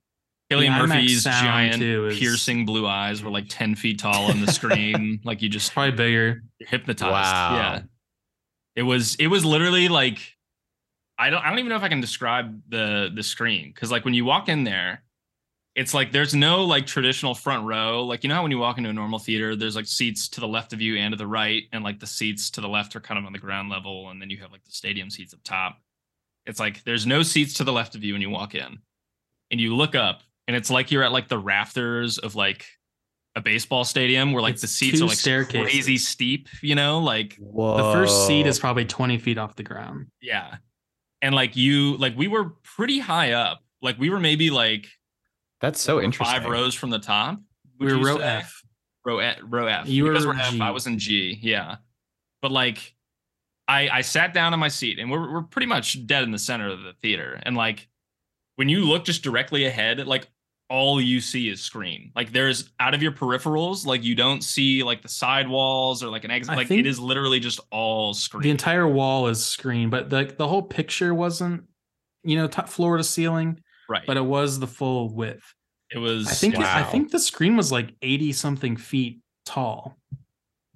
Speaker 2: Killian
Speaker 3: IMAX
Speaker 2: Murphy's
Speaker 3: sound,
Speaker 2: giant
Speaker 3: too, is-
Speaker 2: piercing blue eyes were like 10 feet tall on the screen. like you just
Speaker 3: Probably bigger.
Speaker 2: you're hypnotized.
Speaker 1: Wow.
Speaker 2: Yeah. It was it was literally like I don't I don't even know if I can describe the the screen cuz like when you walk in there it's like there's no like traditional front row. Like you know how when you walk into a normal theater there's like seats to the left of you and to the right and like the seats to the left are kind of on the ground level and then you have like the stadium seats up top. It's like there's no seats to the left of you when you walk in. And you look up and it's like you're at like the rafters of like a baseball stadium where like
Speaker 3: It's
Speaker 2: the seats
Speaker 3: two
Speaker 2: are like
Speaker 3: staircases.
Speaker 2: crazy steep, you know, like
Speaker 1: Whoa.
Speaker 3: The first seat
Speaker 1: Oh.
Speaker 3: is probably 20 feet off the ground.
Speaker 2: yeah. And like you like we were pretty high up. Like we were maybe like
Speaker 1: That's so interesting.
Speaker 2: five rows from the top. would
Speaker 3: We were
Speaker 2: you
Speaker 3: row
Speaker 2: say?
Speaker 3: F.
Speaker 2: Row F. Row F.
Speaker 3: You
Speaker 2: You
Speaker 3: were
Speaker 2: guys were F.
Speaker 3: G.
Speaker 2: I was in G. Yeah. But like I I sat down in my seat and we're we're pretty much dead in the center of the theater. And like when you look just directly ahead, like all you see is screen. Like there's out of your peripherals, like you don't see like the sidewalls or like an exit.
Speaker 3: I
Speaker 2: Like
Speaker 3: think
Speaker 2: it is literally just all screen.
Speaker 3: The entire wall is screen, but like the whole picture wasn't, you know, top floor to ceiling,
Speaker 2: right.
Speaker 3: but it was the full width.
Speaker 2: it was
Speaker 3: I think
Speaker 1: Wow.
Speaker 3: I think the screen was like 80 something feet tall.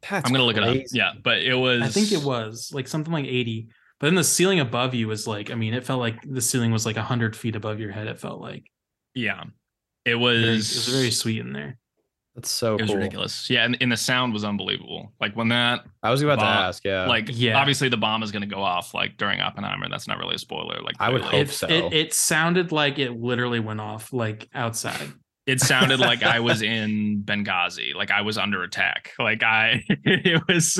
Speaker 1: That's
Speaker 2: I'm gonna look it up.
Speaker 1: crazy.
Speaker 2: Yeah, but it was.
Speaker 3: I think it was like something like 80. But then the ceiling above you was like, I mean, it felt like the ceiling was like 100 feet above your head. It felt like
Speaker 2: Yeah, it
Speaker 3: it
Speaker 2: was.
Speaker 3: was, it was very sweet in there.
Speaker 1: That's so
Speaker 2: It was
Speaker 1: cool.
Speaker 2: ridiculous. Yeah, and, and the sound was unbelievable. Like when that,
Speaker 1: I was about to
Speaker 2: Wow.
Speaker 1: ask. Yeah.
Speaker 2: like,
Speaker 3: Yeah.
Speaker 2: obviously the bomb is gonna go off like during Oppenheimer. That's not really a spoiler. Like
Speaker 1: I would
Speaker 2: clearly.
Speaker 1: hope
Speaker 3: It,
Speaker 1: so.
Speaker 3: it it sounded like it literally went off like outside.
Speaker 2: it sounded like I was in Benghazi. Like I was under attack. Like I, it was.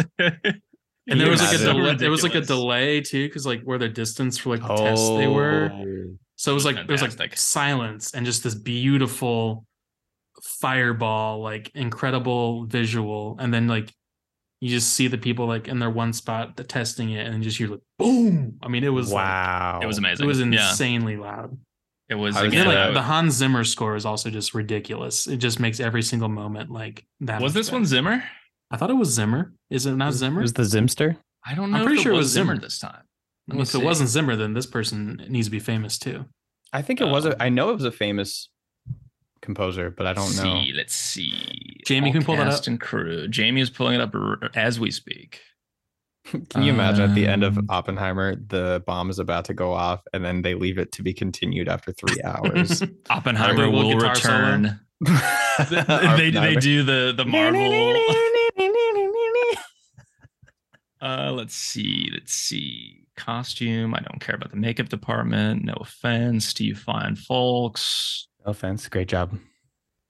Speaker 3: And there was like a
Speaker 1: Imagine.
Speaker 3: delay. There was like a
Speaker 2: Ridiculous.
Speaker 3: delay too, because like where their distance for like the tests
Speaker 1: Oh,
Speaker 3: they were. So it was
Speaker 2: It was
Speaker 3: like there was like
Speaker 2: fantastic.
Speaker 3: silence and just this beautiful fireball, like incredible visual, and then like you just see the people like in their one spot the testing it, and then just hear like boom. I mean, it was like,
Speaker 1: wow.
Speaker 2: It was
Speaker 3: it
Speaker 2: amazing.
Speaker 3: was
Speaker 2: yeah.
Speaker 3: insanely loud.
Speaker 2: It was
Speaker 1: I was
Speaker 2: again.
Speaker 3: And,
Speaker 1: Yeah.
Speaker 3: like the Hans Zimmer score is also just ridiculous. It just makes every single moment like that.
Speaker 2: was
Speaker 3: much
Speaker 2: this
Speaker 3: better.
Speaker 2: one Zimmer?
Speaker 3: I thought it was Zimmer. Is it not Zimmer?
Speaker 1: It was the Zimster.
Speaker 2: I don't know.
Speaker 3: I'm
Speaker 2: if
Speaker 3: pretty sure it was
Speaker 2: Zimmer,
Speaker 3: Zimmer.
Speaker 2: this time. Let me
Speaker 3: if it
Speaker 2: see.
Speaker 3: wasn't Zimmer, then this person needs to be famous too.
Speaker 1: I think it was.
Speaker 2: Um,
Speaker 1: A, I know it was a famous composer, but I don't
Speaker 2: see,
Speaker 1: know.
Speaker 2: Let's see.
Speaker 3: Jamie, can you pull that
Speaker 2: Cast
Speaker 3: up?
Speaker 2: And crew. Jamie is pulling it up r- as we speak.
Speaker 1: Can you imagine at the end of
Speaker 2: Um,
Speaker 1: Oppenheimer, the bomb is about to go off, and then they leave it to be continued after three hours?
Speaker 2: Oppenheimer
Speaker 3: will
Speaker 2: will
Speaker 3: guitar
Speaker 2: return. They, they, they do the the Marvel. Uh, let's see. Let's see. Costume. I don't care about the makeup department. No offense to you, fine folks.
Speaker 1: No offense. Great job.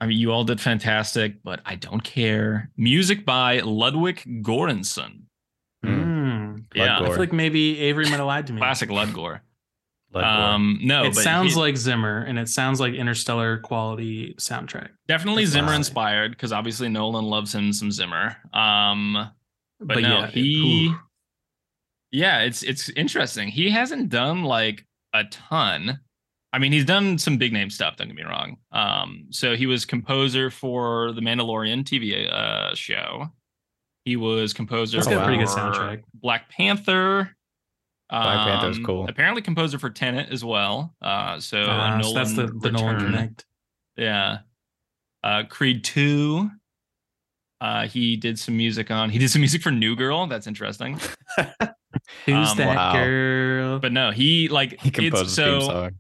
Speaker 2: I mean, you all did fantastic, but I don't care. Music by Ludwig Göransson.
Speaker 1: Mm.
Speaker 3: Mm.
Speaker 2: Yeah,
Speaker 3: I feel like maybe Avery might have lied to me.
Speaker 2: classic Ludgore.
Speaker 1: Bloodborne.
Speaker 2: Um, no,
Speaker 3: it
Speaker 2: but
Speaker 3: sounds
Speaker 2: he-
Speaker 3: like Zimmer, and it sounds like Interstellar quality soundtrack.
Speaker 2: definitely
Speaker 1: That's
Speaker 2: Zimmer
Speaker 1: awesome.
Speaker 2: inspired because obviously Nolan loves him some Zimmer. Um, but, no,
Speaker 3: yeah, it-
Speaker 2: he,
Speaker 3: oof.
Speaker 2: yeah, it's it's interesting. He hasn't done like a ton. I mean, he's done some big name stuff. Don't get me wrong. Um, so he was composer for the Mandalorian TV uh, show. He was composer.
Speaker 3: That's
Speaker 1: got a pretty
Speaker 3: good
Speaker 2: for
Speaker 3: soundtrack.
Speaker 2: Black Panther.
Speaker 1: Black Panther's
Speaker 2: Um,
Speaker 1: cool.
Speaker 2: Apparently, composer for Tenet as well. Uh, so a
Speaker 3: Ah, so that's the, the Nolan
Speaker 2: return.
Speaker 3: connect.
Speaker 2: Yeah. Uh Creed 2. Uh he did some music on. He did some music for New Girl. That's interesting.
Speaker 3: Who's
Speaker 2: Um,
Speaker 3: that
Speaker 1: wow.
Speaker 3: girl?
Speaker 2: But no, he like
Speaker 1: he
Speaker 2: it's,
Speaker 1: composed the
Speaker 2: so
Speaker 1: theme song.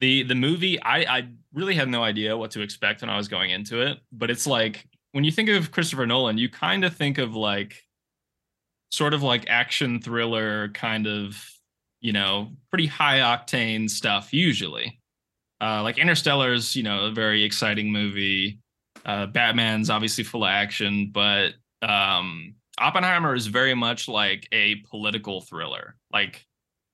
Speaker 2: the the movie I I really had no idea what to expect when I was going into it, but it's like when you think of Christopher Nolan, you kind of think of like sort of like action thriller kind of, you know, pretty high octane stuff usually. Uh like Interstellar's, you know, a very exciting movie. Uh Batman's obviously full of action, but um Oppenheimer is very much like a political thriller. Like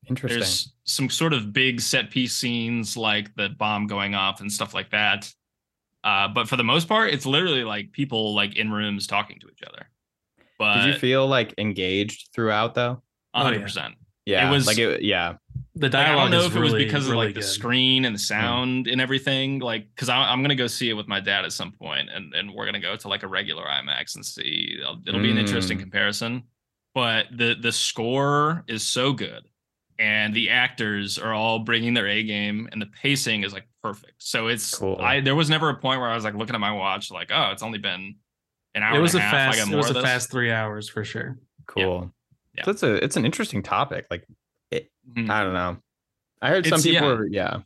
Speaker 1: Interesting.
Speaker 2: there's some sort of big set piece scenes like the bomb going off and stuff like that uh, but for the most part it's literally like people like in rooms talking to each other but
Speaker 1: Did you feel like engaged throughout though?
Speaker 3: Oh, yeah.
Speaker 2: 100%.
Speaker 1: Yeah,
Speaker 2: It was-
Speaker 1: like it, yeah,
Speaker 3: The
Speaker 2: Like, I
Speaker 3: dialogue
Speaker 2: don't know
Speaker 3: is
Speaker 2: if
Speaker 3: really,
Speaker 2: it was because
Speaker 3: really
Speaker 2: of like
Speaker 3: good.
Speaker 2: the screen and the sound and everything, like because I'm gonna go see it with my dad at some point, and and we're gonna go to like a regular IMAX and see. It'll, it'll be an interesting
Speaker 1: Mm.
Speaker 2: comparison, but the the score is so good, and the actors are all bringing their A game, and the pacing is like perfect. So it's
Speaker 1: Cool.
Speaker 2: I there was never a point where I was like looking at my watch like oh it's only been an hour.
Speaker 3: It was a
Speaker 2: and a, half. I got
Speaker 3: fast. It
Speaker 2: more
Speaker 3: was
Speaker 2: of
Speaker 3: a
Speaker 2: this."
Speaker 3: fast three hours for sure.
Speaker 1: cool.
Speaker 2: Yeah.
Speaker 1: So it's a it's an interesting topic. Like
Speaker 2: Mhm.
Speaker 1: I don't know. I heard some
Speaker 2: It's-
Speaker 1: people
Speaker 2: yeah.
Speaker 1: are yeah.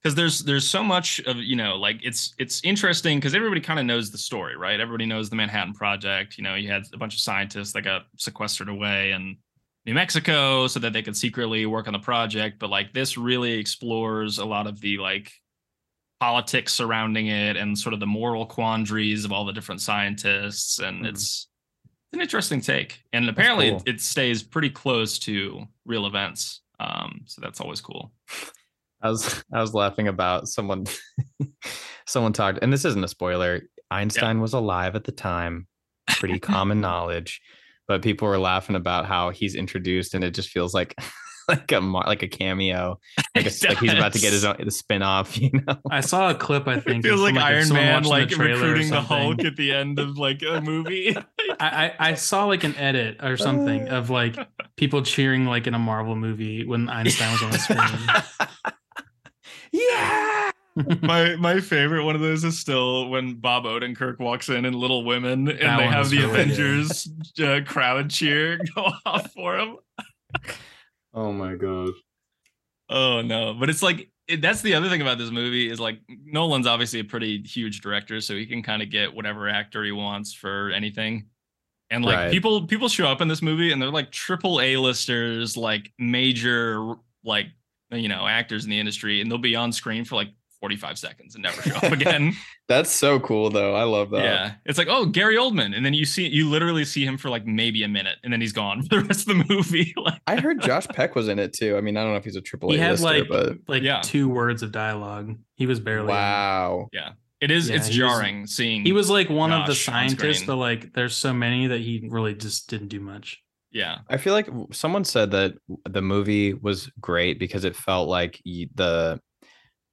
Speaker 2: because there's there's so much of you know like it's it's interesting because everybody kind of knows the story right everybody knows the manhattan project you know you had a bunch of scientists that got sequestered away in new mexico so that they could secretly work on the project but like this really explores a lot of the like politics surrounding it and sort of the moral quandaries of all the different scientists and
Speaker 3: Mhm.
Speaker 2: it's an interesting take and apparently
Speaker 1: Mm-hmm. cool.
Speaker 2: it, it stays pretty close to real events um so that's always cool
Speaker 1: I was I was laughing about someone someone talked and this isn't a spoiler. Einstein was alive at the time. Pretty common knowledge. But people were laughing about how he's introduced and it just feels like like a mar- like a cameo. Like,
Speaker 2: It
Speaker 1: a, like he's about to
Speaker 2: does.
Speaker 1: get his own the spin-off, you know.
Speaker 3: I saw a clip. I think
Speaker 2: It feels
Speaker 3: of
Speaker 2: like
Speaker 3: some, of
Speaker 2: Iron
Speaker 3: someone
Speaker 2: Man,
Speaker 3: watching
Speaker 2: like
Speaker 3: the trailer or
Speaker 2: recruiting the
Speaker 3: something.
Speaker 2: Hulk at the end of like a movie.
Speaker 3: I, I I saw like an edit or something of like people cheering like in a Marvel movie when Einstein was on the screen.
Speaker 1: yeah.
Speaker 2: my my favorite one of those is still when Bob Odenkirk walks in in Little Women, and
Speaker 3: That
Speaker 2: they
Speaker 3: one
Speaker 2: have
Speaker 3: is
Speaker 2: the
Speaker 3: really good.
Speaker 2: Avengers uh, crowd cheer go off for him.
Speaker 1: Oh my god.
Speaker 2: Oh no! But it's like it, that's the other thing about this movie is like Nolan's obviously a pretty huge director, so he can kind of get whatever actor he wants for anything. And like
Speaker 1: Right.
Speaker 2: people, people show up in this movie and they're like triple A listers, like major, like you know, actors in the industry, and they'll be on screen for like forty five seconds and never show up again.
Speaker 1: That's so cool though. I love that.
Speaker 2: yeah, it's like oh Gary Oldman, and then you see you literally see him for like maybe a minute, and then he's gone for the rest of the movie. like
Speaker 1: I heard Josh Peck was in it too. I mean, I don't know if he's a triple
Speaker 3: He
Speaker 1: A
Speaker 3: had
Speaker 1: lister,
Speaker 3: like
Speaker 1: but
Speaker 3: like
Speaker 2: Yeah.
Speaker 3: two words of dialogue. He was barely. in it.
Speaker 1: wow.
Speaker 2: it is,
Speaker 3: Yeah,
Speaker 2: it's
Speaker 3: he was-
Speaker 2: jarring seeing.
Speaker 3: He was like one of the
Speaker 2: Gosh, on
Speaker 3: scientists,
Speaker 2: screen.
Speaker 3: but like there's so many that he really just didn't do much.
Speaker 2: yeah.
Speaker 1: I feel like w- someone said that w- the movie was great because it felt like y- the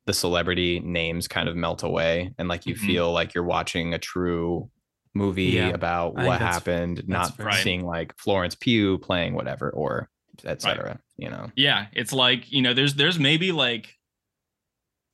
Speaker 1: the celebrity names kind of melt away and like you
Speaker 2: Mhm.
Speaker 1: feel like you're watching a true movie
Speaker 3: Mm-hmm. Yeah,
Speaker 1: about
Speaker 3: I think
Speaker 1: what
Speaker 3: that's-
Speaker 1: happened, not
Speaker 3: fair. Right.
Speaker 1: seeing like Florence Pugh playing whatever or etc. You know.
Speaker 2: Yeah, it's like you know, there's there's maybe like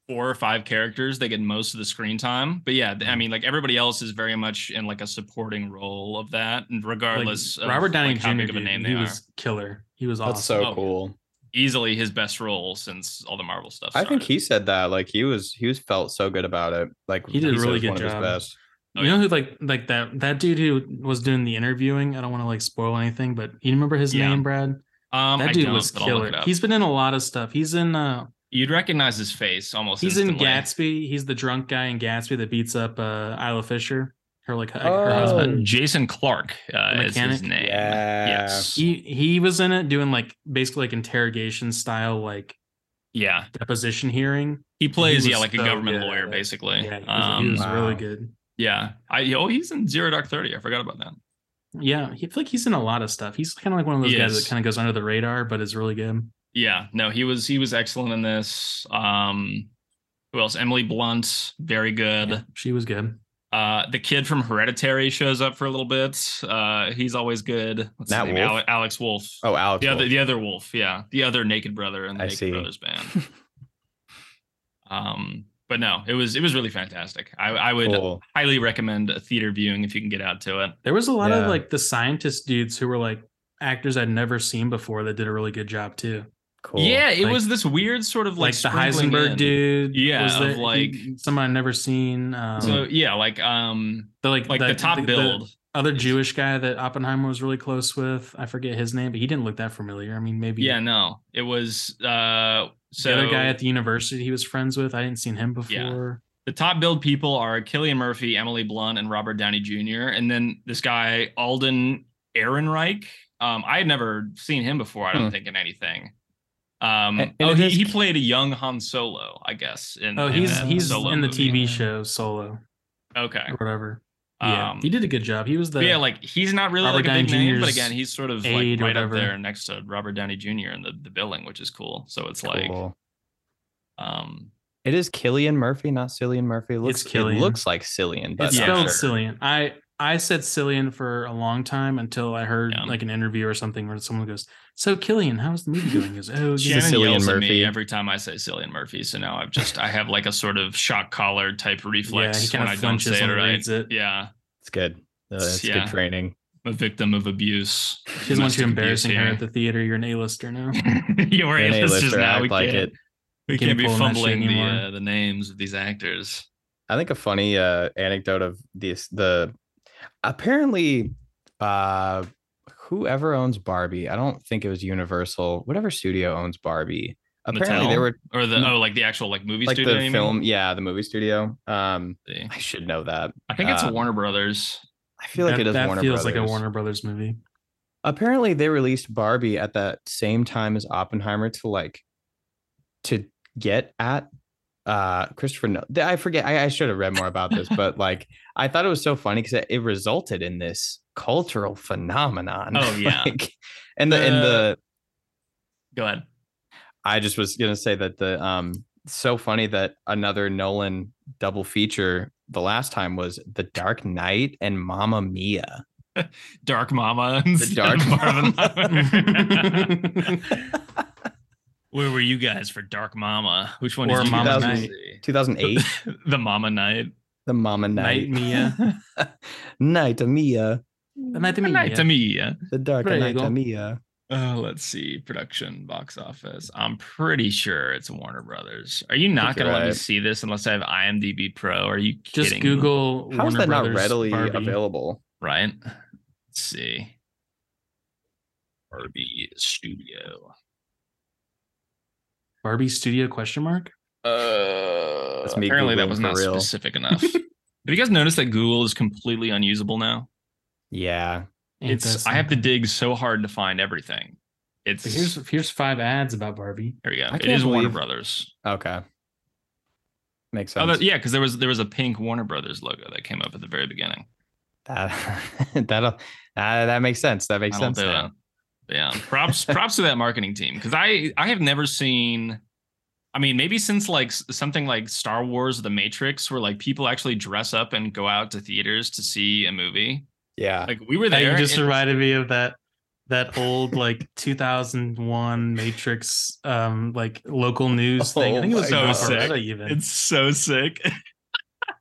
Speaker 2: four or five characters that get most of the screen time, but yeah,
Speaker 3: Hmm.
Speaker 2: th- I mean, like everybody else is very much in like a supporting role of that, and
Speaker 3: Like,
Speaker 2: regardless, of,
Speaker 3: Robert Downey
Speaker 2: like, how
Speaker 3: Jr.
Speaker 2: big of a
Speaker 3: dude,
Speaker 2: name
Speaker 3: he
Speaker 2: they are,
Speaker 3: was killer. He was awesome.
Speaker 1: That's so
Speaker 2: Oh, yeah.
Speaker 1: cool.
Speaker 2: easily his best role since all the Marvel stuff.
Speaker 1: I think
Speaker 2: started.
Speaker 1: he said that like he was he was felt so good about it. Like
Speaker 3: He did a
Speaker 1: said it
Speaker 3: really
Speaker 1: was
Speaker 3: good
Speaker 1: one of his
Speaker 3: job.
Speaker 1: best.
Speaker 2: Oh,
Speaker 3: you know who like like that that dude who was doing the interviewing. I don't want to like spoil anything, but you remember his
Speaker 2: Yeah.
Speaker 3: name, Brad?
Speaker 2: um,
Speaker 3: That
Speaker 2: I
Speaker 3: dude
Speaker 2: don't,
Speaker 3: was
Speaker 2: but I'll look
Speaker 3: killer.
Speaker 2: it up.
Speaker 3: He's been in a lot of stuff. He's in uh
Speaker 2: You'd recognize his face almost.
Speaker 3: he's in
Speaker 2: instantly.
Speaker 3: Gatsby. He's the drunk guy in Gatsby that beats up uh Isla Fisher, her like hu- her
Speaker 1: Oh.
Speaker 3: husband.
Speaker 2: Uh, Jason Clark uh,
Speaker 3: The
Speaker 2: is his
Speaker 3: mechanic?
Speaker 2: name.
Speaker 1: Yeah.
Speaker 2: Yes.
Speaker 3: He he was in it doing like basically like interrogation style like
Speaker 2: yeah.
Speaker 3: deposition hearing.
Speaker 2: He plays yeah
Speaker 3: was
Speaker 2: like a
Speaker 3: so
Speaker 2: government
Speaker 3: good at
Speaker 2: lawyer
Speaker 3: it.
Speaker 2: basically.
Speaker 3: Yeah, he was,
Speaker 2: um,
Speaker 3: he was
Speaker 1: Wow.
Speaker 3: really good.
Speaker 2: yeah. I oh he's in Zero Dark Thirty. I forgot about that.
Speaker 3: Yeah, he, I feel like he's in a lot of stuff. He's kind of like one of those
Speaker 2: He
Speaker 3: guys
Speaker 2: is.
Speaker 3: that kind of goes under the radar, but is really good.
Speaker 2: Yeah, no, he was he was excellent in this. Um who else? Emily Blunt, very good.
Speaker 3: Yeah, she was good.
Speaker 2: Uh the kid from Hereditary shows up for a little bit. Uh he's always good. What's his
Speaker 1: Matt
Speaker 2: name?
Speaker 1: Wolf?
Speaker 2: Ale- Alex Wolf.
Speaker 1: Oh, Alex.
Speaker 2: the other
Speaker 1: Wolff.
Speaker 2: the other wolf, yeah. The other naked brother in the
Speaker 1: I
Speaker 2: Naked
Speaker 1: see.
Speaker 2: Brothers band. um but no, it was it was really fantastic. I I would
Speaker 1: Cool.
Speaker 2: highly recommend a theater viewing if you can get out to it.
Speaker 3: There was a lot
Speaker 1: Yeah.
Speaker 3: of like the scientist dudes who were like actors I'd never seen before that did a really good job too.
Speaker 1: Cool.
Speaker 2: Yeah, it
Speaker 3: Like-
Speaker 2: was this weird sort of like,
Speaker 3: Like, the
Speaker 2: sprinkling
Speaker 3: Heisenberg
Speaker 2: in.
Speaker 3: dude.
Speaker 2: Yeah,
Speaker 3: was
Speaker 2: of,
Speaker 3: there- he-
Speaker 2: like-
Speaker 3: someone I'd never seen. Um,
Speaker 2: So yeah, like um
Speaker 3: the like
Speaker 2: like the, top build.
Speaker 3: other Jewish guy that Oppenheimer was really close with. I forget his name, but he didn't look that familiar. I mean, maybe
Speaker 2: Yeah, no, it was uh so
Speaker 3: the other guy at the university he was friends with. I didn't seen him
Speaker 2: Yeah.
Speaker 3: before.
Speaker 2: the top build people are Killian Murphy, Emily Blunt, and Robert Downey Jr. And then this guy Alden Ehrenreich. Um, I had never seen him before. I don't
Speaker 1: Hmm.
Speaker 2: think in anything. Um,
Speaker 1: And- and
Speaker 2: oh,
Speaker 1: it
Speaker 2: he,
Speaker 1: is-
Speaker 2: he played a young Han Solo, I guess. In,
Speaker 3: Oh,
Speaker 2: in
Speaker 3: he's
Speaker 2: that
Speaker 3: he's
Speaker 2: Solo
Speaker 3: in the
Speaker 2: movie.
Speaker 3: TV show Solo
Speaker 2: Okay,
Speaker 3: or whatever. Yeah,
Speaker 2: Um,
Speaker 3: he did a good job. He was the
Speaker 2: but yeah, like he's not really
Speaker 3: Robert
Speaker 2: like a big
Speaker 3: Downey
Speaker 2: name, but
Speaker 3: Jr.'s
Speaker 2: again, he's sort of like
Speaker 3: aide or
Speaker 2: right up
Speaker 3: whatever.
Speaker 2: there next to Robert Downey Jr. in the, the billing, which is cool. So it's like,
Speaker 1: Cool.
Speaker 2: um,
Speaker 1: It is Killian Murphy, not Cillian Murphy. It looks
Speaker 3: It's Cillian.
Speaker 1: It looks like Cillian, but
Speaker 3: it's
Speaker 2: yeah.
Speaker 1: not
Speaker 3: spelled
Speaker 1: sure.
Speaker 3: Cillian. I I said Cillian for a long time until I heard
Speaker 2: Yeah.
Speaker 3: like an interview or something where someone goes, "So Killian, how's the movie going?" He goes, "Oh, yeah."
Speaker 2: Shannon
Speaker 1: Cillian
Speaker 2: yells at me
Speaker 1: Murphy.
Speaker 2: every time I say Cillian Murphy. So now I've just I have like a sort of shock collar type
Speaker 3: yeah, he
Speaker 2: reflex
Speaker 3: kind
Speaker 2: when I
Speaker 3: of
Speaker 2: don't
Speaker 3: flinches
Speaker 2: say it
Speaker 3: when he
Speaker 2: right.
Speaker 3: reads it.
Speaker 2: Yeah,
Speaker 1: It's good. Uh, That's
Speaker 2: Yeah.
Speaker 1: good training.
Speaker 2: I'm a victim of abuse.
Speaker 3: She doesn't want you
Speaker 2: Domestic
Speaker 3: embarrassing her at
Speaker 2: abuse
Speaker 3: the theater. You're an A-lister now.
Speaker 2: here. you were
Speaker 1: You're an
Speaker 2: A-listers
Speaker 1: A-lister,
Speaker 2: now.
Speaker 1: act
Speaker 2: We
Speaker 1: like
Speaker 2: can't,
Speaker 1: it.
Speaker 2: we
Speaker 3: Can't
Speaker 2: can't be
Speaker 3: pull that shit
Speaker 2: fumbling the
Speaker 3: anymore.
Speaker 2: uh, the names of these actors.
Speaker 1: I think a funny uh, anecdote of this the apparently uh whoever owns Barbie, I don't think it was Universal, whatever studio owns Barbie. Apparently
Speaker 2: Mattel?
Speaker 1: there were
Speaker 2: Or the
Speaker 1: No.
Speaker 2: oh, like the actual like movie
Speaker 1: like
Speaker 2: studio. you
Speaker 1: the
Speaker 2: mean?
Speaker 1: film, yeah, the movie studio. Um
Speaker 2: See.
Speaker 1: I should know that.
Speaker 2: I think it's a
Speaker 1: Um,
Speaker 2: Warner Brothers.
Speaker 1: I feel like
Speaker 3: that,
Speaker 1: it is
Speaker 3: that
Speaker 1: Warner
Speaker 3: feels like a
Speaker 1: Brothers.
Speaker 3: Warner Brothers movie.
Speaker 1: Apparently they released Barbie at that same time as Oppenheimer to like to get at uh Christopher no- I forget I, I should have read more about this but like I thought it was so funny because it, it resulted in this cultural phenomenon
Speaker 2: Oh, yeah.
Speaker 1: Like, and the and the
Speaker 2: Go ahead.
Speaker 1: I just was gonna say that the um so funny that another Nolan double feature the last time was The Dark Knight and Mamma Mia
Speaker 2: Dark Mama. instead
Speaker 1: Dark
Speaker 2: of Marvin
Speaker 3: Mama.
Speaker 2: Miller. Where were you guys for Dark Mama? Which one
Speaker 3: Or
Speaker 2: did you
Speaker 3: Mama
Speaker 2: guys
Speaker 1: Night.
Speaker 2: see?
Speaker 1: 2008
Speaker 2: the Mama Night.
Speaker 1: the Mama
Speaker 3: Night
Speaker 1: Night
Speaker 3: Mia.
Speaker 1: Night Mia
Speaker 3: The Night to Me.
Speaker 2: Night to me.
Speaker 1: The Dark
Speaker 3: There you
Speaker 1: Knight
Speaker 3: go.
Speaker 1: Mia
Speaker 2: Oh, let's see. Production box office. I'm pretty sure it's Warner Brothers. Are you not
Speaker 1: think you're
Speaker 2: gonna let me
Speaker 1: right.
Speaker 2: see this unless I have IMDb Pro? Are you
Speaker 3: Just
Speaker 2: kidding? me?
Speaker 3: Google.
Speaker 1: How is
Speaker 3: Warner
Speaker 1: that
Speaker 3: Brothers
Speaker 1: not readily
Speaker 3: Barbie.
Speaker 1: available?
Speaker 2: right? Let's see. Barbie Studio.
Speaker 3: Barbie Studio question mark?
Speaker 2: Uh,
Speaker 1: That's me
Speaker 2: apparently that
Speaker 1: Googling
Speaker 2: was
Speaker 1: for
Speaker 2: not
Speaker 1: real.
Speaker 2: specific enough. Have you guys noticed that Google is completely unusable now?
Speaker 1: Yeah.
Speaker 3: Ain't
Speaker 2: it's
Speaker 3: that
Speaker 2: I have to
Speaker 3: something?
Speaker 2: dig so hard to find everything. It's
Speaker 3: But Here's here's five ads about Barbie.
Speaker 2: there we go.
Speaker 1: I
Speaker 2: It
Speaker 1: can't
Speaker 2: is Warner
Speaker 1: believe-
Speaker 2: Brothers.
Speaker 1: Okay. Makes
Speaker 2: Oh,
Speaker 1: sense.
Speaker 2: that- yeah, because there was there was a pink Warner Brothers logo that came up at the very beginning.
Speaker 3: e-
Speaker 1: That that'll, uh, that makes sense. That makes
Speaker 2: I don't
Speaker 1: sense.
Speaker 2: do
Speaker 1: now.
Speaker 2: it. Yeah, props props to that marketing team because I I have never seen. I mean, maybe since like s- something like Star Wars, or The Matrix, where like people actually dress up and go out to theaters to see a movie.
Speaker 1: Yeah.
Speaker 2: Like we were
Speaker 3: That
Speaker 2: there.
Speaker 3: you just
Speaker 2: and-
Speaker 3: reminded me of that that old like 2001 Matrix um like local news thing. I
Speaker 1: Oh
Speaker 3: think it was
Speaker 2: my
Speaker 3: in
Speaker 2: God. So
Speaker 3: Alpharetta even
Speaker 2: It's so sick.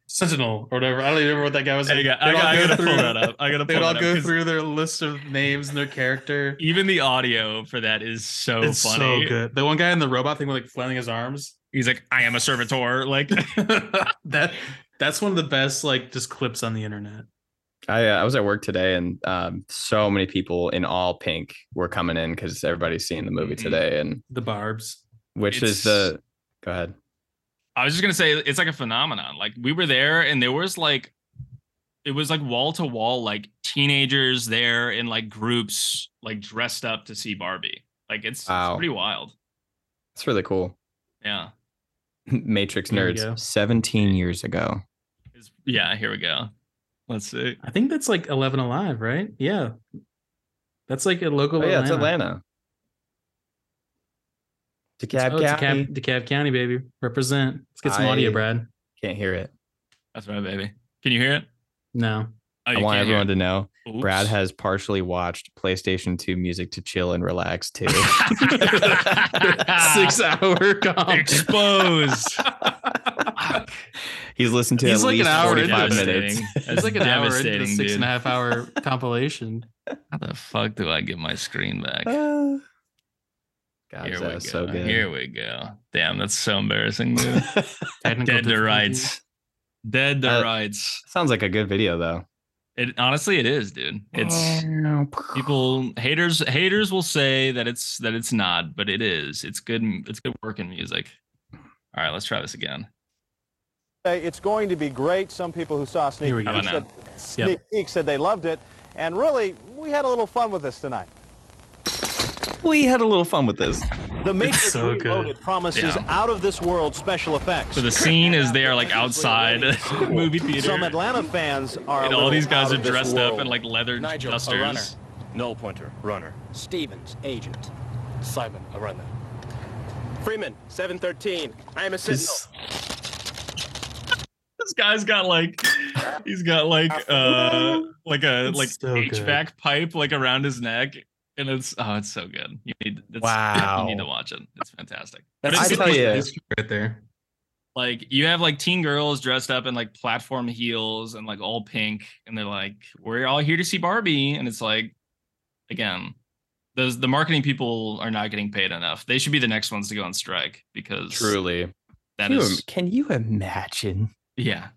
Speaker 3: Sentinel or whatever. I don't even remember what that guy was.
Speaker 2: I,
Speaker 3: like.
Speaker 2: got,
Speaker 3: They'd
Speaker 2: I,
Speaker 3: all
Speaker 2: got, I
Speaker 3: go
Speaker 2: gotta
Speaker 3: through-
Speaker 2: pull that up. I gotta pull that
Speaker 3: They'd all
Speaker 2: up,
Speaker 3: go
Speaker 2: 'cause
Speaker 3: through their list of names and their character.
Speaker 2: Even the audio for that is so
Speaker 3: it's
Speaker 2: funny.
Speaker 3: so good. The one guy in the robot thing with like flailing his arms.
Speaker 2: He's like, I am a servitor. Like,
Speaker 3: that that's one of the best like just clips on the internet.
Speaker 1: I, uh, I was at work today and um, so many people in all pink were coming in because everybody's seeing the movie
Speaker 2: Mhm.
Speaker 3: Mm-hmm.
Speaker 1: today. And
Speaker 3: The Barb's.
Speaker 1: which is the, go ahead.
Speaker 2: I was just gonna say it's like a phenomenon. Like we were there and there was like it was like wall to wall, like teenagers there in like groups, like dressed up to see Barbie. Like it's,
Speaker 1: Wow.
Speaker 2: it's pretty wild.
Speaker 1: It's really cool.
Speaker 2: Yeah.
Speaker 1: Matrix
Speaker 3: There we go.
Speaker 1: Nerds 17 years ago.
Speaker 2: It's- yeah, here we go. Let's see.
Speaker 3: I think that's like Eleven Alive, right? Yeah, that's like a local.
Speaker 1: Oh, yeah. It's
Speaker 3: Atlanta.
Speaker 1: Atlanta. DeKalb
Speaker 3: Oh, it's
Speaker 1: County.
Speaker 3: DeKalb, DeKalb County, baby. Represent. Let's get some
Speaker 1: I-
Speaker 3: audio, Brad.
Speaker 1: Can't hear it.
Speaker 2: That's right, baby. Can you hear it?
Speaker 3: No.
Speaker 2: Oh,
Speaker 1: I want everyone to know
Speaker 2: to.
Speaker 1: Brad has partially watched PlayStation 2 music to chill and relax too.
Speaker 3: Six hour comp.
Speaker 2: exposed.
Speaker 1: He's listened to
Speaker 3: He's
Speaker 1: at
Speaker 3: like an
Speaker 1: least
Speaker 3: hour into
Speaker 1: 45
Speaker 3: this
Speaker 1: minutes.
Speaker 3: It's like an hour into the
Speaker 2: Devastating,
Speaker 3: six and
Speaker 2: dude.
Speaker 3: a half hour compilation.
Speaker 2: How the fuck do I get my screen back?
Speaker 1: God, that's
Speaker 2: Here we go.
Speaker 1: so good.
Speaker 2: Here we go. Damn, that's so embarrassing. Dude.
Speaker 3: Technical
Speaker 2: Dead to
Speaker 3: difficulty.
Speaker 2: rights. Dead to
Speaker 1: Uh,
Speaker 2: rights.
Speaker 1: Sounds like a good video though.
Speaker 2: It honestly, it is, dude.
Speaker 1: Oh.
Speaker 2: It's people haters. Haters will say that it's that it's not, but it is. It's good. It's good work in music. All right, let's try this again.
Speaker 4: Hey, it's going to be great. Some people who saw Sneak
Speaker 3: Here we
Speaker 4: Peek
Speaker 3: go.
Speaker 2: How
Speaker 4: said,
Speaker 2: about
Speaker 3: now?
Speaker 4: Sneak Peek said they loved it. And really, we had a little fun with this tonight.
Speaker 1: we had a little fun with this.
Speaker 4: The Matrix
Speaker 3: so good.
Speaker 4: Reloaded promises
Speaker 2: Yeah.
Speaker 4: out of this world special effects.
Speaker 2: So the scene is they are like outside a movie theater,
Speaker 4: Some Atlanta fans are. a
Speaker 2: and all
Speaker 4: little
Speaker 2: these guys
Speaker 4: out
Speaker 2: are
Speaker 4: of this
Speaker 2: dressed up
Speaker 4: world.
Speaker 2: in like leather
Speaker 5: Nigel, a runner.
Speaker 2: dusters.
Speaker 5: Null pointer, runner.
Speaker 6: Stevens, agent.
Speaker 5: Simon, a runner. Freeman, 713. I am a sentinel.
Speaker 3: Just-
Speaker 2: This guy's got like, he's got like, uh, like a
Speaker 3: It's
Speaker 2: like
Speaker 3: so good.
Speaker 2: HVAC pipe like around his neck, and it's oh, it's so good. You need it's,
Speaker 1: Wow.
Speaker 2: you need to watch it. It's fantastic.
Speaker 1: That's-
Speaker 2: it's
Speaker 1: I tell ya.
Speaker 3: right there.
Speaker 2: like you have like teen girls dressed up in like platform heels and like all pink and they're like we're all here to see barbie and it's like again those the marketing people are not getting paid enough they should be the next ones to go on strike because
Speaker 1: Truly,
Speaker 2: that
Speaker 1: Can you
Speaker 2: is
Speaker 1: im- Can you imagine?
Speaker 2: yeah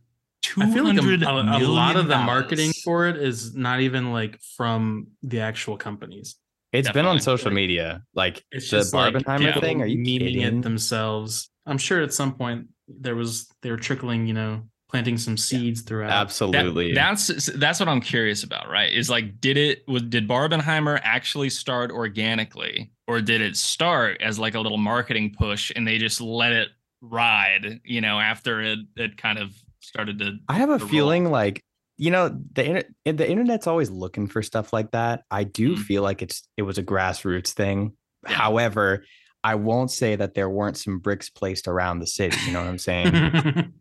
Speaker 3: I feel like a,
Speaker 2: 200
Speaker 3: a- a lot of the
Speaker 2: million
Speaker 3: marketing
Speaker 2: dollars.
Speaker 3: for it is not even like from the actual companies.
Speaker 1: It's been on
Speaker 2: Definitely.
Speaker 1: social media, like
Speaker 3: It's
Speaker 1: the
Speaker 3: just like
Speaker 1: Barbenheimer
Speaker 2: yeah.
Speaker 1: thing. Are you
Speaker 3: memeing
Speaker 1: kidding?
Speaker 3: it themselves. I'm sure at some point there was they were trickling, you know, planting some seeds throughout.
Speaker 2: That-
Speaker 1: Absolutely.
Speaker 2: that's that's what I'm curious about, right? Is like, did it was did Barbenheimer actually start organically, or did it start as like a little marketing push, and they just let it ride? You know, after it it kind of started to.
Speaker 1: I have a
Speaker 2: the role.
Speaker 1: feeling like you know the inter- eh, the internet's always looking for stuff like that. I do
Speaker 2: Mhm.
Speaker 1: feel like it's it was a grassroots thing.
Speaker 2: Yeah.
Speaker 1: However, I won't say that there weren't some bricks placed around the city. You know what I'm saying?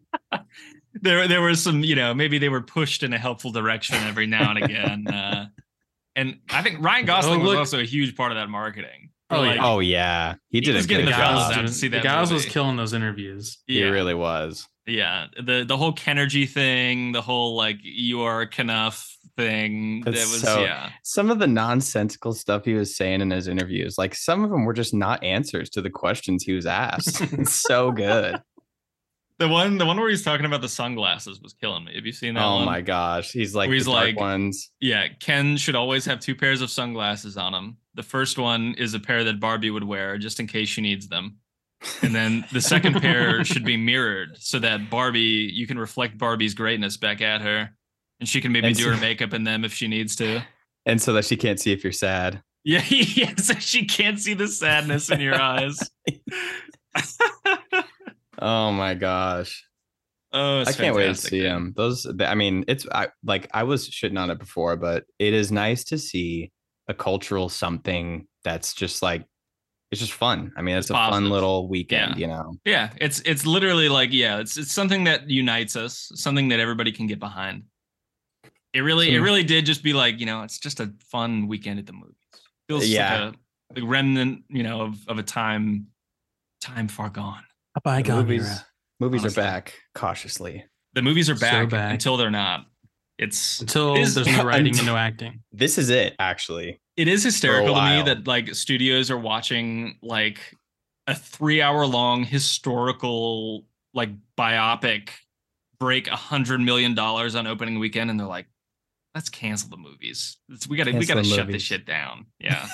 Speaker 2: There there was some, you know, maybe they were pushed in a helpful direction every now and again. uh, and I think Ryan Gosling was
Speaker 3: look.
Speaker 2: also a huge part of that marketing.
Speaker 3: Oh, yeah.
Speaker 1: oh yeah, he did
Speaker 2: was
Speaker 1: a
Speaker 2: getting
Speaker 1: good
Speaker 2: the fellas
Speaker 1: job.
Speaker 2: out. to see
Speaker 3: the
Speaker 2: that
Speaker 3: guys was
Speaker 2: movie.
Speaker 3: killing those interviews.
Speaker 1: He really was.
Speaker 2: Yeah, the the whole Kennergy thing, the whole like you are Knuff thing.
Speaker 1: That's
Speaker 2: that was
Speaker 1: so-
Speaker 2: yeah,
Speaker 1: Some of the nonsensical stuff he was saying in his interviews, like some of them were just not answers to the questions he was asked. It's so good.
Speaker 2: the one the one where he's talking about the sunglasses was killing me. Have you seen that?
Speaker 1: oh
Speaker 2: one?
Speaker 1: my gosh, he's like
Speaker 2: Where
Speaker 1: the
Speaker 2: he's
Speaker 1: dark
Speaker 2: like-
Speaker 1: ones.
Speaker 2: Yeah, Ken should always have two pairs of sunglasses on him. The first one is a pair that Barbie would wear just in case she needs them. And then the second pair should be mirrored so that Barbie, you can reflect Barbie's greatness back at her. And she can maybe
Speaker 1: And
Speaker 2: do
Speaker 1: so-
Speaker 2: her makeup in them if she needs to.
Speaker 1: And so that she can't see if you're sad.
Speaker 2: Yeah, yeah, so she can't see the sadness in your eyes.
Speaker 1: Oh my gosh.
Speaker 2: Oh, it's
Speaker 1: I can't wait to
Speaker 2: fantastic,
Speaker 1: see
Speaker 2: dude.
Speaker 1: him. Those, th- I mean, it's I, like I was shitting on it before, but it is nice to see a cultural something that's just like it's just fun. I mean, it's,
Speaker 2: It's
Speaker 1: a fun
Speaker 2: positive.
Speaker 1: little weekend, you know.
Speaker 2: Yeah, it's it's literally like yeah, it's it's something that unites us, something that everybody can get behind. It really it
Speaker 3: Hmm.
Speaker 2: really did just be like you know, it's just a fun weekend at the movies. Feels
Speaker 1: Yeah.
Speaker 2: like a, a remnant, you know, of of a time time far gone.
Speaker 3: A bygone
Speaker 1: movies,
Speaker 3: era.
Speaker 1: movies
Speaker 2: honestly.
Speaker 1: are back cautiously.
Speaker 2: The movies are
Speaker 3: So
Speaker 2: back,
Speaker 3: back.
Speaker 2: until they're not. It's
Speaker 3: Until
Speaker 2: Is-
Speaker 3: there's no writing and
Speaker 1: until-
Speaker 3: no acting.
Speaker 1: This is it, actually.
Speaker 2: it is hysterical to me
Speaker 1: while.
Speaker 2: that like studios are watching like a three hour long historical like biopic break a hundred million dollars on opening weekend and they're like let's cancel the movies It's- we gotta we
Speaker 1: Cancel
Speaker 2: gotta
Speaker 1: the
Speaker 2: shut this
Speaker 1: movies.
Speaker 2: shit down yeah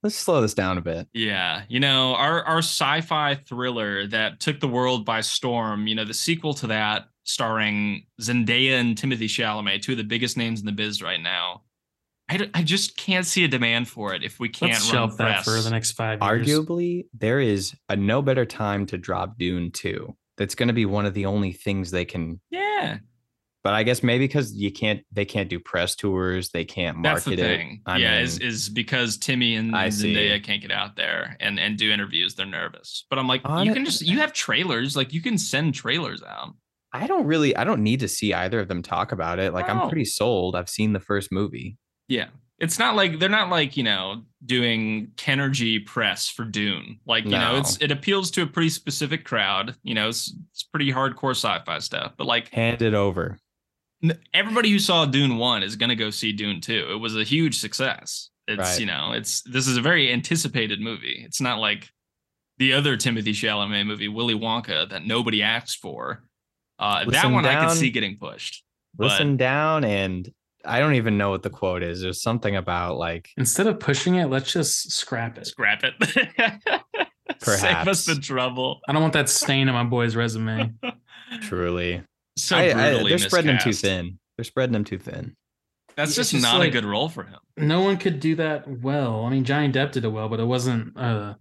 Speaker 1: Let's slow this down a bit.
Speaker 2: yeah you know our our sci-fi thriller that took the world by storm you know the sequel to that starring zendaya and timothy chalamet two of the biggest names in the biz right now I, d- I just can't see a demand for it if we can't
Speaker 3: Let's
Speaker 2: run
Speaker 3: shelve that for
Speaker 2: press.
Speaker 3: the next five years.
Speaker 1: Arguably, there is a no better time to drop Dune 2. That's going to be one of the only things they can.
Speaker 2: Yeah,
Speaker 1: But I guess maybe because you can't, they can't do press tours, they can't market
Speaker 2: that's the
Speaker 1: it.
Speaker 2: thing.
Speaker 1: I
Speaker 2: yeah,
Speaker 1: mean-
Speaker 2: is is because Timmy and
Speaker 1: I
Speaker 2: and
Speaker 1: see.
Speaker 2: Zendaya can't get out there and and do interviews. They're nervous. But I'm like, you
Speaker 1: Hone-
Speaker 2: can just you have trailers. Like you can send trailers out.
Speaker 1: I don't really I don't need to see either of them talk about it. Like
Speaker 2: No.
Speaker 1: I'm pretty sold. I've seen the first movie.
Speaker 2: Yeah, it's not like they're not like you know doing Kenergy press for Dune. Like you know,
Speaker 1: No.
Speaker 2: it's it appeals to a pretty specific crowd. You know, it's it's pretty hardcore sci-fi stuff. But like
Speaker 1: Hand it over.
Speaker 2: n- everybody who saw Dune one is gonna go see Dune two. It was a huge success. It's
Speaker 1: Right.
Speaker 2: you know, it's this is a very anticipated movie. It's not like the other Timothy Chalamet movie, Willy Wonka, that nobody asked for. Uh, that
Speaker 1: Listen
Speaker 2: one I
Speaker 1: down.
Speaker 2: could see getting pushed. But-
Speaker 1: Listen down and I don't even know what the quote is. There's something about like
Speaker 3: Instead of pushing it, let's just scrap it.
Speaker 2: Scrap it. Save us
Speaker 1: Perhaps.
Speaker 2: the trouble.
Speaker 3: I don't want that stain on my boy's resume.
Speaker 1: truly.
Speaker 2: So
Speaker 1: I- I-
Speaker 2: brutally
Speaker 1: they're spreading them too
Speaker 2: miscast.
Speaker 1: thin. They're spreading them too thin.
Speaker 2: That's
Speaker 3: It's
Speaker 2: just,
Speaker 3: just
Speaker 2: not
Speaker 3: like-
Speaker 2: a good role for him.
Speaker 3: No one could do that well. I mean, Johnny Depp did it well, but it wasn't a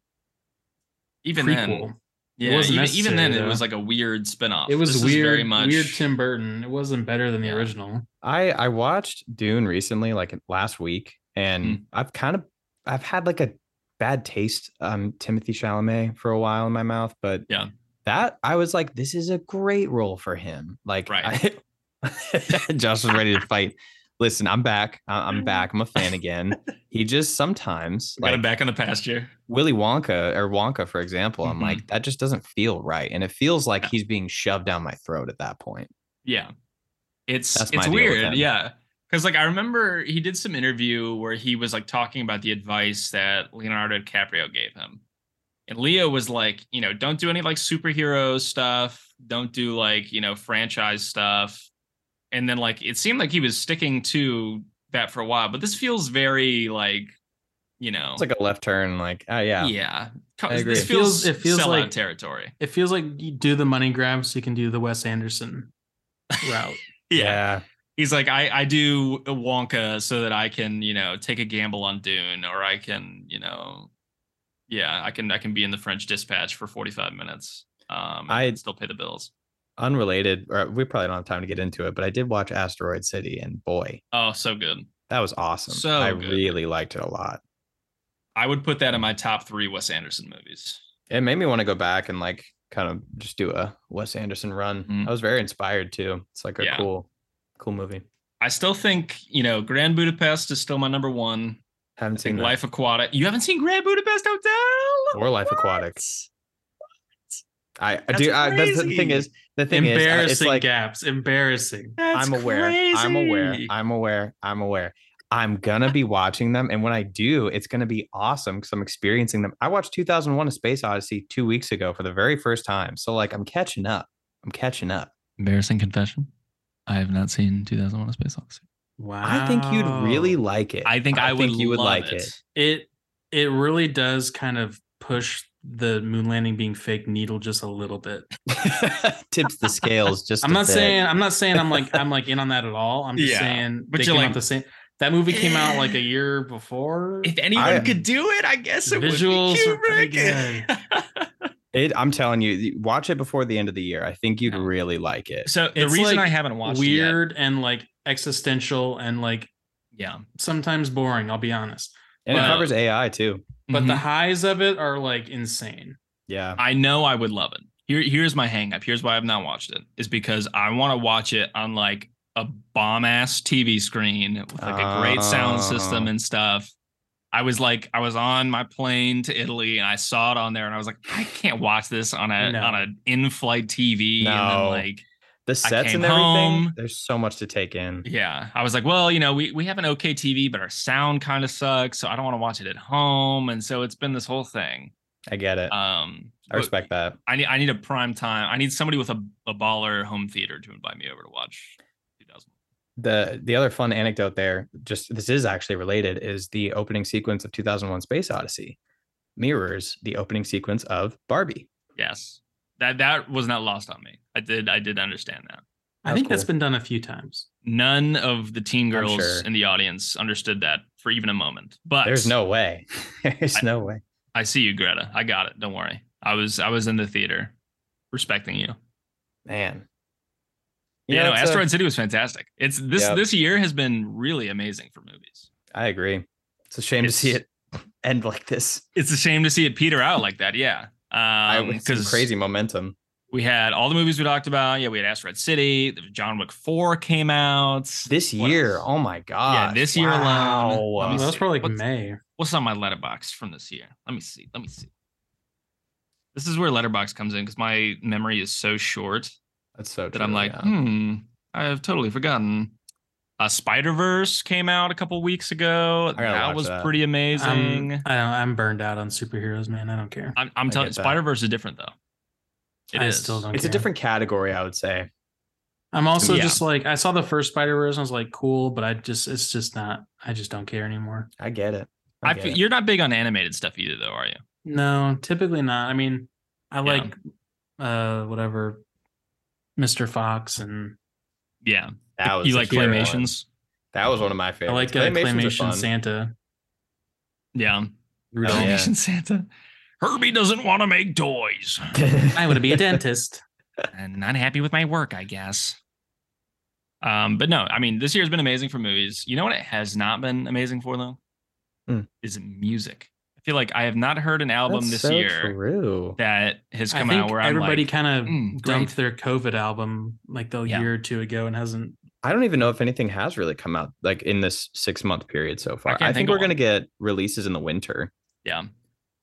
Speaker 2: Even then,
Speaker 3: prequel.
Speaker 2: yeah,
Speaker 3: wasn't
Speaker 2: even, even then,
Speaker 3: necessary,
Speaker 2: it was
Speaker 3: though.
Speaker 2: like a weird spinoff.
Speaker 3: It was
Speaker 2: This is
Speaker 3: weird,
Speaker 2: very much
Speaker 3: weird Tim Burton. It wasn't better than the
Speaker 2: Yeah.
Speaker 3: original.
Speaker 1: I I watched Dune recently, like last week, and
Speaker 2: Mm.
Speaker 1: I've kind of I've had like a bad taste um Timothy Chalamet for a while in my mouth, but
Speaker 2: Yeah.
Speaker 1: that I was like, this is a great role for him. Like,
Speaker 2: Right.
Speaker 1: I- Josh was ready to fight. Listen, I'm back. I- I'm back. I'm a fan again. He just sometimes
Speaker 2: got
Speaker 1: like
Speaker 2: him back in the past year.
Speaker 1: Willy Wonka or Wonka, for example. I'm
Speaker 2: Mhm.
Speaker 1: like, that just doesn't feel right, and it feels like
Speaker 2: Yeah.
Speaker 1: he's being shoved down my throat at that point.
Speaker 2: Yeah. It's
Speaker 1: That's my
Speaker 2: it's
Speaker 1: deal with
Speaker 2: weird.
Speaker 1: him.
Speaker 2: Yeah. Cause like I remember he did some interview where he was like talking about the advice that Leonardo DiCaprio gave him. And Leo was like, you know, don't do any like superhero stuff, don't do like, you know, franchise stuff. And then like it seemed like he was sticking to that for a while, but this feels very like, you know,
Speaker 1: It's like a left turn. Like, oh yeah,
Speaker 2: Oh. yeah. Co-
Speaker 1: I agree.
Speaker 2: This
Speaker 1: It
Speaker 2: feels
Speaker 3: feels-
Speaker 2: it
Speaker 3: it
Speaker 2: feels
Speaker 3: feels
Speaker 2: sellout
Speaker 3: like-
Speaker 2: territory.
Speaker 3: It feels like you do the money grab so you can do the Wes Anderson route.
Speaker 1: yeah.
Speaker 2: he's like I, I do wonka so that i can you know take a gamble on dune or i can you know yeah i can i can be in the french dispatch for 45 minutes um
Speaker 1: I-
Speaker 2: i still pay the bills
Speaker 1: unrelated or we probably don't have time to get into it but i did watch asteroid city and boy
Speaker 2: oh so good
Speaker 1: that was awesome
Speaker 2: So
Speaker 1: i
Speaker 2: good.
Speaker 1: really liked it a lot
Speaker 2: i would put that in my top three wes anderson movies
Speaker 1: it made me want to go back and like kind of just do a wes anderson run
Speaker 2: Mhm.
Speaker 1: i was very inspired too it's like a
Speaker 2: Yeah.
Speaker 1: cool cool movie
Speaker 2: i still think you know grand budapest is still my number one
Speaker 1: haven't
Speaker 2: I think
Speaker 1: seen life
Speaker 2: life aquatic you haven't seen grand budapest hotel
Speaker 1: or life aquatic i I
Speaker 2: That's
Speaker 1: do I, that's the thing
Speaker 2: crazy.
Speaker 1: is the thing is I- it's
Speaker 3: Embarrassing
Speaker 1: like
Speaker 3: gaps. Embarrassing.
Speaker 2: That's
Speaker 1: i'm aware i'm aware
Speaker 2: crazy.
Speaker 1: i'm aware i'm aware i'm gonna be watching them and when i do it's gonna be awesome because i'm experiencing them i watched 2001 a space odyssey two weeks ago for the very first time so like i'm catching up i'm catching up
Speaker 2: embarrassing confession i have not seen 2001 a space odyssey
Speaker 3: Wow.
Speaker 1: i think you'd really like it
Speaker 2: Oh. i think i, would
Speaker 1: you would
Speaker 2: love
Speaker 1: like
Speaker 2: it.
Speaker 1: it,
Speaker 3: it it really does kind of push the moon landing being fake needle just a little bit.
Speaker 1: tips the scales just
Speaker 3: I'm
Speaker 1: a
Speaker 3: not
Speaker 1: bit.
Speaker 3: saying I'm not saying I'm like I'm like in on that at all. I'm just
Speaker 2: Yeah,
Speaker 3: saying
Speaker 2: but
Speaker 3: they
Speaker 2: you're
Speaker 3: came
Speaker 2: like-
Speaker 3: out the same. That movie came out like a year before.
Speaker 2: If anyone
Speaker 1: I-
Speaker 2: could do it, I guess it
Speaker 3: Visuals are
Speaker 2: would be
Speaker 3: pretty
Speaker 2: Kubrick.
Speaker 1: it i'm telling you you- watch it before the end of the year i think you'd
Speaker 2: Yeah.
Speaker 1: really like it
Speaker 2: so the
Speaker 3: It's
Speaker 2: reason
Speaker 3: like
Speaker 2: I haven't watched it
Speaker 3: Weird and like existential and like
Speaker 2: yet, yeah,
Speaker 3: sometimes boring. I'll be honest,
Speaker 1: and it
Speaker 2: Well-
Speaker 1: covers ai too
Speaker 3: but the
Speaker 2: Mhm.
Speaker 3: highs of it are like insane.
Speaker 1: yeah
Speaker 2: I know I would love it. Here, here's my hang up. Here's why I've not watched it is because I want to watch it on like a bomb ass TV screen with like a great sound system
Speaker 1: Oh.
Speaker 2: and stuff. I was like, I was on my plane to Italy and I saw it on there and I was like, I can't watch this on a
Speaker 3: No.
Speaker 2: on an in flight TV. And then
Speaker 1: No.
Speaker 2: like,
Speaker 1: the sets
Speaker 2: came
Speaker 1: and everything
Speaker 2: home.
Speaker 1: there's so much to take in
Speaker 2: Yeah. I was like, well, you know, we, we have an okay TV, but our sound kind of sucks. So I don't want to watch it at home. And so it's been this whole thing.
Speaker 1: i get it
Speaker 2: Um
Speaker 1: i
Speaker 2: but
Speaker 1: respect that
Speaker 2: I need I need a prime time. I need somebody with a, a baller home theater to invite me over to watch 2000.
Speaker 1: the the other fun anecdote there just this is actually related is the opening sequence of 2001 space odyssey mirrors the opening sequence of barbie
Speaker 2: Yes. That that was not lost on me. I did I did understand that.
Speaker 3: I
Speaker 1: How
Speaker 3: think that's
Speaker 1: cool.
Speaker 3: been done a few times.
Speaker 2: None of the teen
Speaker 1: I'm
Speaker 2: girls
Speaker 1: sure.
Speaker 2: in the audience understood that for even a moment. But
Speaker 1: there's no way there's
Speaker 2: I-
Speaker 1: no way
Speaker 2: I see you, Greta. I got it. Don't worry. I was I was in the theater respecting you.
Speaker 1: man
Speaker 2: Yeah, uh, no,
Speaker 1: it's a-
Speaker 2: Asteroid City was fantastic. It's this
Speaker 1: Yep.
Speaker 2: this year has been really amazing for movies.
Speaker 1: I agree it's a shame to see
Speaker 2: It's-
Speaker 1: it end like this
Speaker 2: It's a shame to see it peter out like that. Yeah,
Speaker 1: I
Speaker 2: um,
Speaker 1: it's some
Speaker 2: because
Speaker 1: crazy momentum
Speaker 2: we had all the movies we talked about. Yeah, we had Asteroid City. the John Wick Four came out
Speaker 1: this
Speaker 2: What
Speaker 1: year
Speaker 2: else?
Speaker 1: oh my god
Speaker 2: this year alone. Let me
Speaker 3: Well, that was
Speaker 2: see.
Speaker 3: probably like
Speaker 2: What's-
Speaker 3: May.
Speaker 2: What's on my letterbox from this year? Let me see. Let me see. This is where letterbox comes in because my memory is so short
Speaker 1: that's so
Speaker 2: that
Speaker 1: true,
Speaker 2: I'm like,
Speaker 1: yeah.
Speaker 2: hmm, I have totally forgotten. Uh, Spider Verse came out a couple weeks ago.
Speaker 1: gotta
Speaker 2: That
Speaker 1: watch
Speaker 2: was
Speaker 1: that.
Speaker 2: pretty amazing.
Speaker 3: I'm, I don't, I'm burned out on superheroes, man. I don't care.
Speaker 2: I'm, I'm
Speaker 1: I
Speaker 2: telling
Speaker 1: get that.
Speaker 2: Spider Verse is different though. It is.
Speaker 3: I still don't.
Speaker 1: it's a
Speaker 3: care.
Speaker 1: different category i would say
Speaker 3: I'm also
Speaker 2: Yeah.
Speaker 3: just like I saw the first Spider Verse and I was like, cool, but I just it's just not. I just don't care anymore.
Speaker 1: i get it
Speaker 2: I
Speaker 1: get
Speaker 2: feel,
Speaker 1: it.
Speaker 2: you're not big on animated stuff either, though, are you?
Speaker 3: No, typically not. I mean, I like uh whatever, Mr. Fox and
Speaker 2: Yeah,
Speaker 1: that was
Speaker 2: you
Speaker 1: a
Speaker 2: like
Speaker 1: hero.
Speaker 2: claymations.
Speaker 1: That was one of my
Speaker 3: I
Speaker 1: favorites.
Speaker 3: like uh,
Speaker 1: Claymations are
Speaker 3: claymation
Speaker 1: fun.
Speaker 3: Santa.
Speaker 2: Yeah.
Speaker 1: Oh, yeah.
Speaker 2: Dalmatian Santa. Herbie doesn't want to make toys.
Speaker 3: I want to be a dentist.
Speaker 2: and not happy with my work, I guess. Um, but no, I mean, this year's been amazing for movies. You know what it has not been amazing for though?
Speaker 1: Hmm.
Speaker 2: Is music. I feel like I have not heard an album
Speaker 1: That's
Speaker 2: this
Speaker 1: so
Speaker 2: year
Speaker 1: True.
Speaker 2: that has
Speaker 3: I
Speaker 2: come
Speaker 3: think
Speaker 2: out where I'm
Speaker 3: everybody
Speaker 2: like,
Speaker 3: kind of
Speaker 2: "Mm, great."
Speaker 3: dumped their COVID album like the
Speaker 2: Yeah.
Speaker 3: year or two ago and hasn't.
Speaker 1: I don't even know if anything has really come out like in this six month period so far.
Speaker 2: can't
Speaker 1: I,
Speaker 2: think
Speaker 1: think
Speaker 2: of
Speaker 1: we're gonna get releases in the winter.
Speaker 2: Yeah.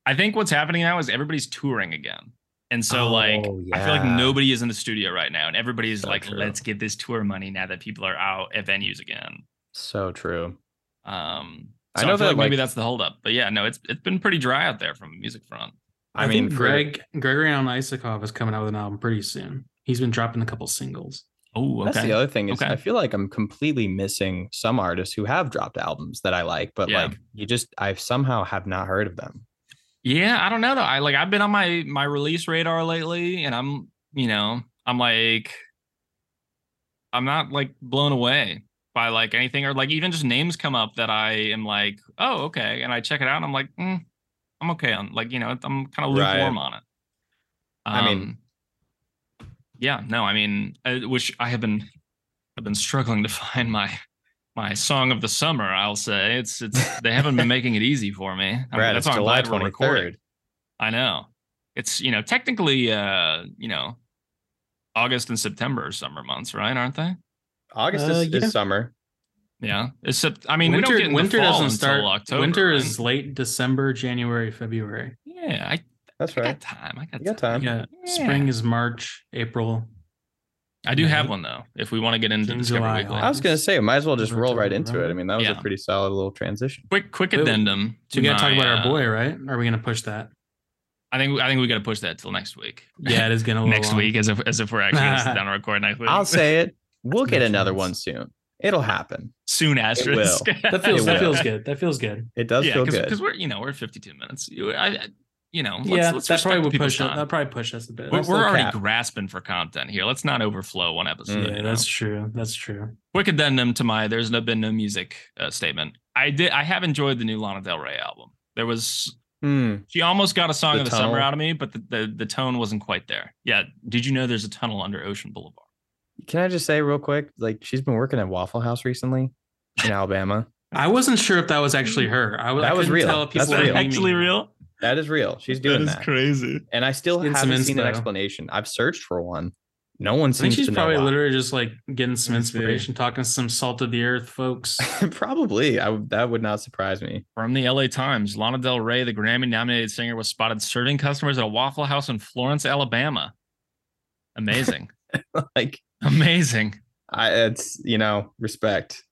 Speaker 2: I think what's happening now is everybody's touring again. And so, like,
Speaker 1: Oh,
Speaker 2: I feel like
Speaker 1: yeah.
Speaker 2: nobody is in the studio right now. And everybody's
Speaker 1: So
Speaker 2: like,
Speaker 1: true.
Speaker 2: let's get this tour money now that people are out at venues again.
Speaker 1: So true.
Speaker 2: Um,
Speaker 1: I
Speaker 2: so I
Speaker 1: know
Speaker 2: feel
Speaker 1: that,
Speaker 2: like maybe
Speaker 1: like-
Speaker 2: that's the holdup. But yeah, no, it's it's been pretty dry out there from a music front.
Speaker 1: I,
Speaker 3: I,
Speaker 1: mean,
Speaker 3: think
Speaker 1: for-
Speaker 3: Greg Gregory on Isakov is coming out with an album pretty soon. He's been dropping a couple singles.
Speaker 2: Oh,
Speaker 1: That's
Speaker 2: okay.
Speaker 1: the other thing is
Speaker 2: Okay.
Speaker 1: I feel like I'm completely missing some artists who have dropped albums that I like, but
Speaker 2: Yeah.
Speaker 1: like you just I somehow have not heard of them.
Speaker 2: yeah, I don't know though. I like I've been on my my release radar lately, and I'm you know I'm like I'm not like blown away by like anything or like even just names come up that I am like oh okay, and I check it out and I'm like mm, I'm okay on like you know I'm kind of
Speaker 1: Right.
Speaker 2: lukewarm on it.
Speaker 1: I mean-
Speaker 2: Um, yeah, no, I mean, I, which I have been I've been struggling to find my my song of the summer. I'll say it's it's they haven't been making it easy for me. I mean,
Speaker 1: Brad, it's
Speaker 2: that's why I'm
Speaker 1: July
Speaker 2: glad we're
Speaker 1: twenty
Speaker 2: recording.
Speaker 1: third.
Speaker 2: I know. It's you know technically uh you know August and September are summer months, right? Aren't they?
Speaker 1: August
Speaker 3: Uh,
Speaker 1: is, is
Speaker 3: yeah.
Speaker 1: summer.
Speaker 2: Yeah. It's Sep- I mean
Speaker 3: winter
Speaker 2: we don't get winter
Speaker 3: winter doesn't
Speaker 2: until
Speaker 3: start.
Speaker 2: October.
Speaker 3: winter
Speaker 2: right?
Speaker 3: is late December, January, February.
Speaker 2: yeah. I,
Speaker 1: That's
Speaker 2: I
Speaker 1: right.
Speaker 2: got time. I got,
Speaker 1: You got
Speaker 2: time.
Speaker 1: time.
Speaker 3: Yeah,
Speaker 2: Yeah.
Speaker 3: spring is March, April.
Speaker 2: I do have
Speaker 3: May,
Speaker 2: one though. If we want to get into
Speaker 3: June,
Speaker 2: Discover
Speaker 3: July,
Speaker 2: Weekly,
Speaker 1: I was gonna say, might as well just
Speaker 3: October,
Speaker 1: roll right
Speaker 3: October,
Speaker 1: into it. I
Speaker 3: November.
Speaker 1: mean, that was
Speaker 2: Yeah.
Speaker 1: a pretty solid little transition.
Speaker 2: quick quick
Speaker 3: Wait,
Speaker 2: addendum.
Speaker 3: We gotta talk
Speaker 2: my,
Speaker 3: about our
Speaker 2: uh,
Speaker 3: boy, right? Are we gonna push that?
Speaker 2: I think I think we got to push that till next week.
Speaker 3: Yeah, it is gonna
Speaker 2: next week, as if as if we're actually gonna sit down and record next week.
Speaker 1: I'll say it. We'll
Speaker 3: That's
Speaker 1: get
Speaker 3: no
Speaker 1: another
Speaker 3: chance.
Speaker 1: one soon. It'll happen.
Speaker 2: soon after
Speaker 1: will.
Speaker 2: this.
Speaker 3: That feels
Speaker 1: It
Speaker 3: that
Speaker 1: will.
Speaker 3: feels good. That feels good.
Speaker 1: It does
Speaker 2: yeah,
Speaker 1: feel
Speaker 2: because
Speaker 1: good.
Speaker 2: because we're you know we're 52 minutes. You, I, I- you know let's,
Speaker 3: yeah,
Speaker 2: let's
Speaker 3: that probably would push. It,
Speaker 2: Time.
Speaker 3: that probably push us a bit.
Speaker 2: we're
Speaker 1: that's
Speaker 2: we're
Speaker 1: the
Speaker 2: already
Speaker 1: cap.
Speaker 2: grasping for content here. Let's not overflow one episode.
Speaker 1: Mm.
Speaker 2: you
Speaker 3: yeah,
Speaker 2: know?
Speaker 3: that's true. That's true.
Speaker 2: Quick addendum to my there's no been no music uh, statement. I did I have enjoyed the new Lana Del Rey album. There was
Speaker 1: Hmm.
Speaker 2: she almost got a song
Speaker 1: The
Speaker 2: of the summer
Speaker 1: tunnel?
Speaker 2: out of me, but the, the the tone wasn't quite there. Yeah, did you know there's a tunnel under Ocean Boulevard?
Speaker 1: Can I just say real quick? Like she's been working at Waffle House recently in Alabama.
Speaker 3: I wasn't sure if that was actually her. I
Speaker 1: That was
Speaker 3: couldn't
Speaker 1: real.
Speaker 3: Tell if people
Speaker 1: That's
Speaker 2: Is
Speaker 3: were
Speaker 2: that
Speaker 1: real.
Speaker 3: memeing.
Speaker 2: actually real?
Speaker 1: That is real. She's doing that.
Speaker 2: crazy.
Speaker 1: And I still
Speaker 3: She did some
Speaker 1: haven't seen an
Speaker 3: inspo.
Speaker 1: explanation. I've searched for one. No one
Speaker 3: I think
Speaker 1: seems
Speaker 3: she's
Speaker 1: to know.
Speaker 3: probably
Speaker 1: why.
Speaker 3: literally just like getting some
Speaker 1: Let me see.
Speaker 3: inspiration, talking to some salt of the earth folks.
Speaker 1: probably. I would that would not surprise me.
Speaker 2: From the LA Times, Lana Del Rey, the Grammy nominated singer, was spotted serving customers at a Waffle House in Florence, Alabama. Amazing.
Speaker 1: Like
Speaker 2: Amazing.
Speaker 1: I it's you know, respect.